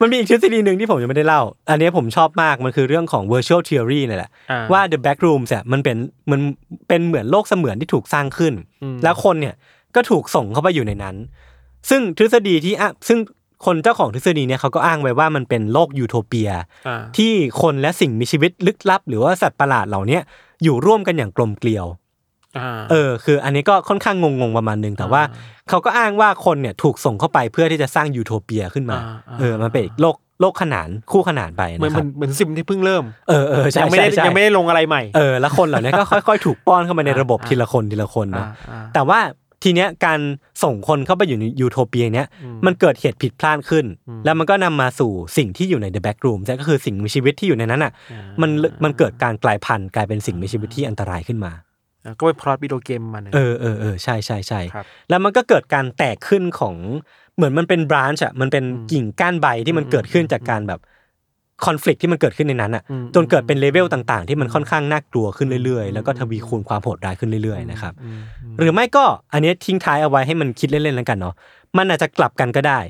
มันมีอีกทฤษฎีหนึ่งที่ผมยังไม่ได้เล่า อันนี้ผมชอบมาก มันคือเรื่องของ virtual theory นี่แหละ
อ่า
ว่า the back room เนี่ยมันเป็น มันเป็นเหมือนโลกเสมือนที่ถูกสร้างขึ้น
อืม
แล้วคนเนี่ยก็ถูกส่งเข้าไปอยู่ในนั้น ซึ่งทฤษฎีที่อ่ะซึ่งคนเจ้าของทฤษฎีเนี่ยเขาก็อ้างไว้ว่ามันเป็นโลกยูโทเปีย
อ่า
ที่คนและสิ่งมีชีวิตลึกลับ หรือว่าสัตว์ประหลาดเหล่าเนี้ยอยู่ร่วมกันอย่างกลมเกลียว
อ่า
เออ คืออันนี้ก็ค่อนข้างงงๆประมาณนึงแต่ว่าเขาก็อ้างว่าคนเนี่ยถูกส่งเข้าไปเพื่อที่จะสร้างยูโทเปียขึ้นมา
อ่าอ่า
เออ มันเป็นอีกโลกโลกขนานคู่ขนานไป
เหมือน
นะ
เห
ค
มื
รั
อบ นเหมือนซิมที่เพิ่งเริ่ม
เออเออใช่
ยังไม่ได้
ใช่ใช่
ยังไม่ได้ลงอะไรใหม่
เออ แล้วคนเหล่านี้ก็ ค่อยๆ ถูกป้อนเข้ามาในระบบ
อ่า
ทีละคนทีละคนเนาะ
อ่าอ่า
แต่ว่าทีเนี้ยการส่งคนเข้าไปอยู่ในยูโทเปียเนี้ย
อืม
มันเกิดเหตุผิดพลาดขึ้น
อืม
แล้วมันก็นำมาสู่สิ่งที่อยู่ใน The Back Room ก็คือสิ่งมีชีวิตที่อยู่ในนั้นอ่ะ มันเลมันเกิดการกลายพันธุ์กลายเป็นสิ่งมีชีวิตที่อันตรายขึ้นมา
อ่าก็เป็นพล็อตวิดีโอเกมมันง
เออเออเออใช่ใช่ใช่
ครับ
แล้วมันก็เกิดการแตกขึ้นของเหมือนมันเป็นบรันช์อ่ะมันเป็นกิ่งก้านใบที่มันเกิดขึ้นจากการแบบคอน FLICT ที่มันเกิดขึ้นในนั้นอ่ะ
อืม
จนเกิดเป็นเลเวลต่างๆ ที่มันค่อนข้างน่ากลัวขึ้นเรื่อยๆ แล้วก็ทวีคูณความโหดร้ายขึ้นเรื่อยๆนะครับ
อืมอืม
หรือไม่ก็อันเนี้ยทิ้งท้ายเอาไว้ให้มันคิดเล่นๆแล้วกันเนาะมันอาจจะกลับกันก็ได้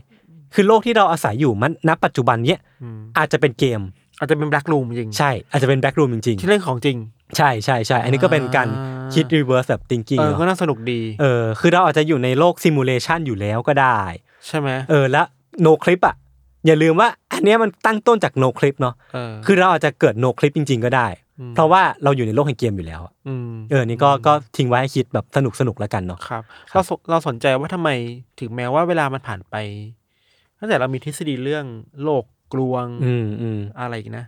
คือโลกที่เราอาศัยอยู่มันณปัจจุบันเนี้ย
อืม
อาจจะเป็นเกม
อาจจะเป็นแบล็กรูมจริง
ใช่อาจจะเป็นแบ็กรูมจริงๆ
ที่เรื่องของจริง
ใช่ใช่ใช่ อันนี้ก็เป็นการ
อ่า
คิด reverse แบบ thinking
เออก็
เนอะ
น่าสนุกดี
เออ คือเราอาจจะอยู่ในโลก simulation อยู่แล้วก็ได้
ใช่ไหม
เออ และ no clip อ่ะ อย่าลืมว่าอันเนี้ยมันตั้งต้นจาก no clip เนาะ
เออ
คือเราอาจจะเกิด no clip จริง ๆ ก็ได้
อืม
เพราะว่าเราอยู่ในโลกแห่งเกมอยู่แล้วอะ
ม
เออ นี่ก็ ก็ทิ้งไว้ให้คิดแบบสนุกสนุกๆแล้วกันเนาะ
ครับเราสเราสนใจว่าทำไมถึงแม้ว่าเวลามันผ่านไปตั้งแต่เรามีทฤษฎีเรื่องโลกกลวง
อืมอืม
อะไรอีกนะ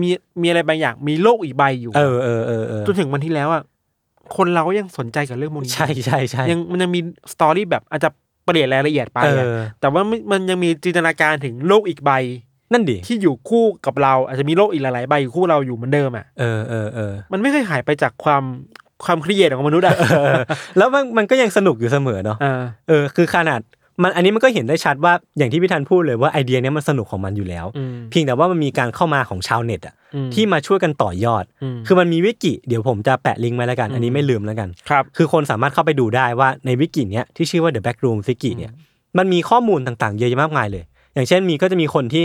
มีมีอะไรบางอย่างมีโลกอีกใบอยู่
เออเออเออเออ
จนถึงวันที่แล้วอ่ะคนเราก็ยังสนใจกับเรื่องมัน
ใช่ใช่ใช่
ยังมันยังมีสตอรี่แบบอาจจะเปลี่ยนรายละเอียดไปอะ
เออ
แต่ว่ามันมันยังมีจินตนาการถึงโลกอีกใบ
นั่นดิ
ที่อยู่คู่กับเราอาจจะมีโลกอีกหลายๆใบอยู่คู่เราอยู่เหมือนเดิมอ่ะ
เออเออเออ
มันไม่เคยหายไปจากความความเครียดของมนุษย์อ่ะ
เออแล้วมันมันก็ยังสนุกอยู่เสมอเนาะ
เออ
เออคือขนาดมันอันนี้มันก็เห็นได้ชัดว่าอย่างที่พี่ธันพูดเลยว่าไอเดียเนี้ยมันสนุกของมันอยู่แล้ว
อืม
เพียงแต่ว่ามันมีการเข้ามาของชาวเน็ตอะ
อืม
ที่มาช่วยกันต่อยอด
ม
คือมันมีวิกิเดี๋ยวผมจะแปะลิงก์ไว้แล้วกัน อันนี้ไม่ลืมแล้วกัน
ครับ
คือคนสามารถเข้าไปดูได้ว่าในวิกิเนี้ยที่ชื่อว่า The Backroom ซิกิเนี่ยมันมีข้อมูลต่างๆ เยอะแยะมากมายเลย อย่างเช่นมีก็จะมีคนที่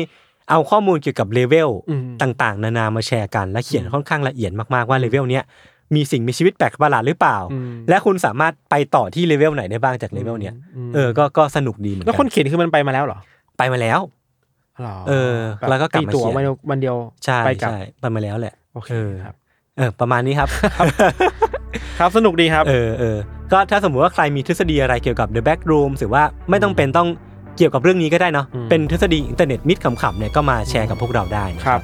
เอาข้อมูลเกี่ยวกับเลเวล
อืม
ต่างๆ นานามาแชร์กัน และเขียนค่อนข้างละเอียดมากๆว่าเลเวลเนี้ยมีสิ่งมีชีวิตแปลกประหลาดหรือเปล่า
อืม
และคุณสามารถไปต่อที่เลเวลไหนได้บ้างจากเลเวลเนี้ย
อืม
เออก็ก็สนุกดีเหมือน
แล้วค
กัน น
เขียนคือมันไปมาแล้วเหรอ
ไปมาแล้ว
หร
เออแล้วก็กลับมา
ตีตั๋ว
เขียน
วันเดียววันเดียว
ใช่
ไปกลับ
ใช่ไปมาแล้วแหละ
โอเค
เออ
ครับ
เออประมาณนี้ครับ
ครับสนุกดีครับ
เออเออก็ถ้าสมมุติว่าใครมีทฤษฎีอะไรเกี่ยวกับ The Back Room หรือว่าไม่ต้องเป็นต้องเกี่ยวกับเรื่องนี้ก็ได้เนาะ
อืม
เป็นทฤษฎีอินเทอร์เน็ตมิดขำๆเนี่ยก็มาแชร์กับพวกเราได้นะ
ค
ค
รั
รับ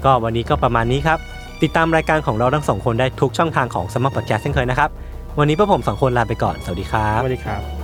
บ ก็วันนี้ก็ประมาณนี้ครับ ติดตามรายการของเราทั้งสองคนได้ทุกช่องทางของสมัครปัจจัยเช่นเคยนะครับ วันนี้พวกผมสองคนลาไปก่อนสวัสดีครับ
สวัสดีครับ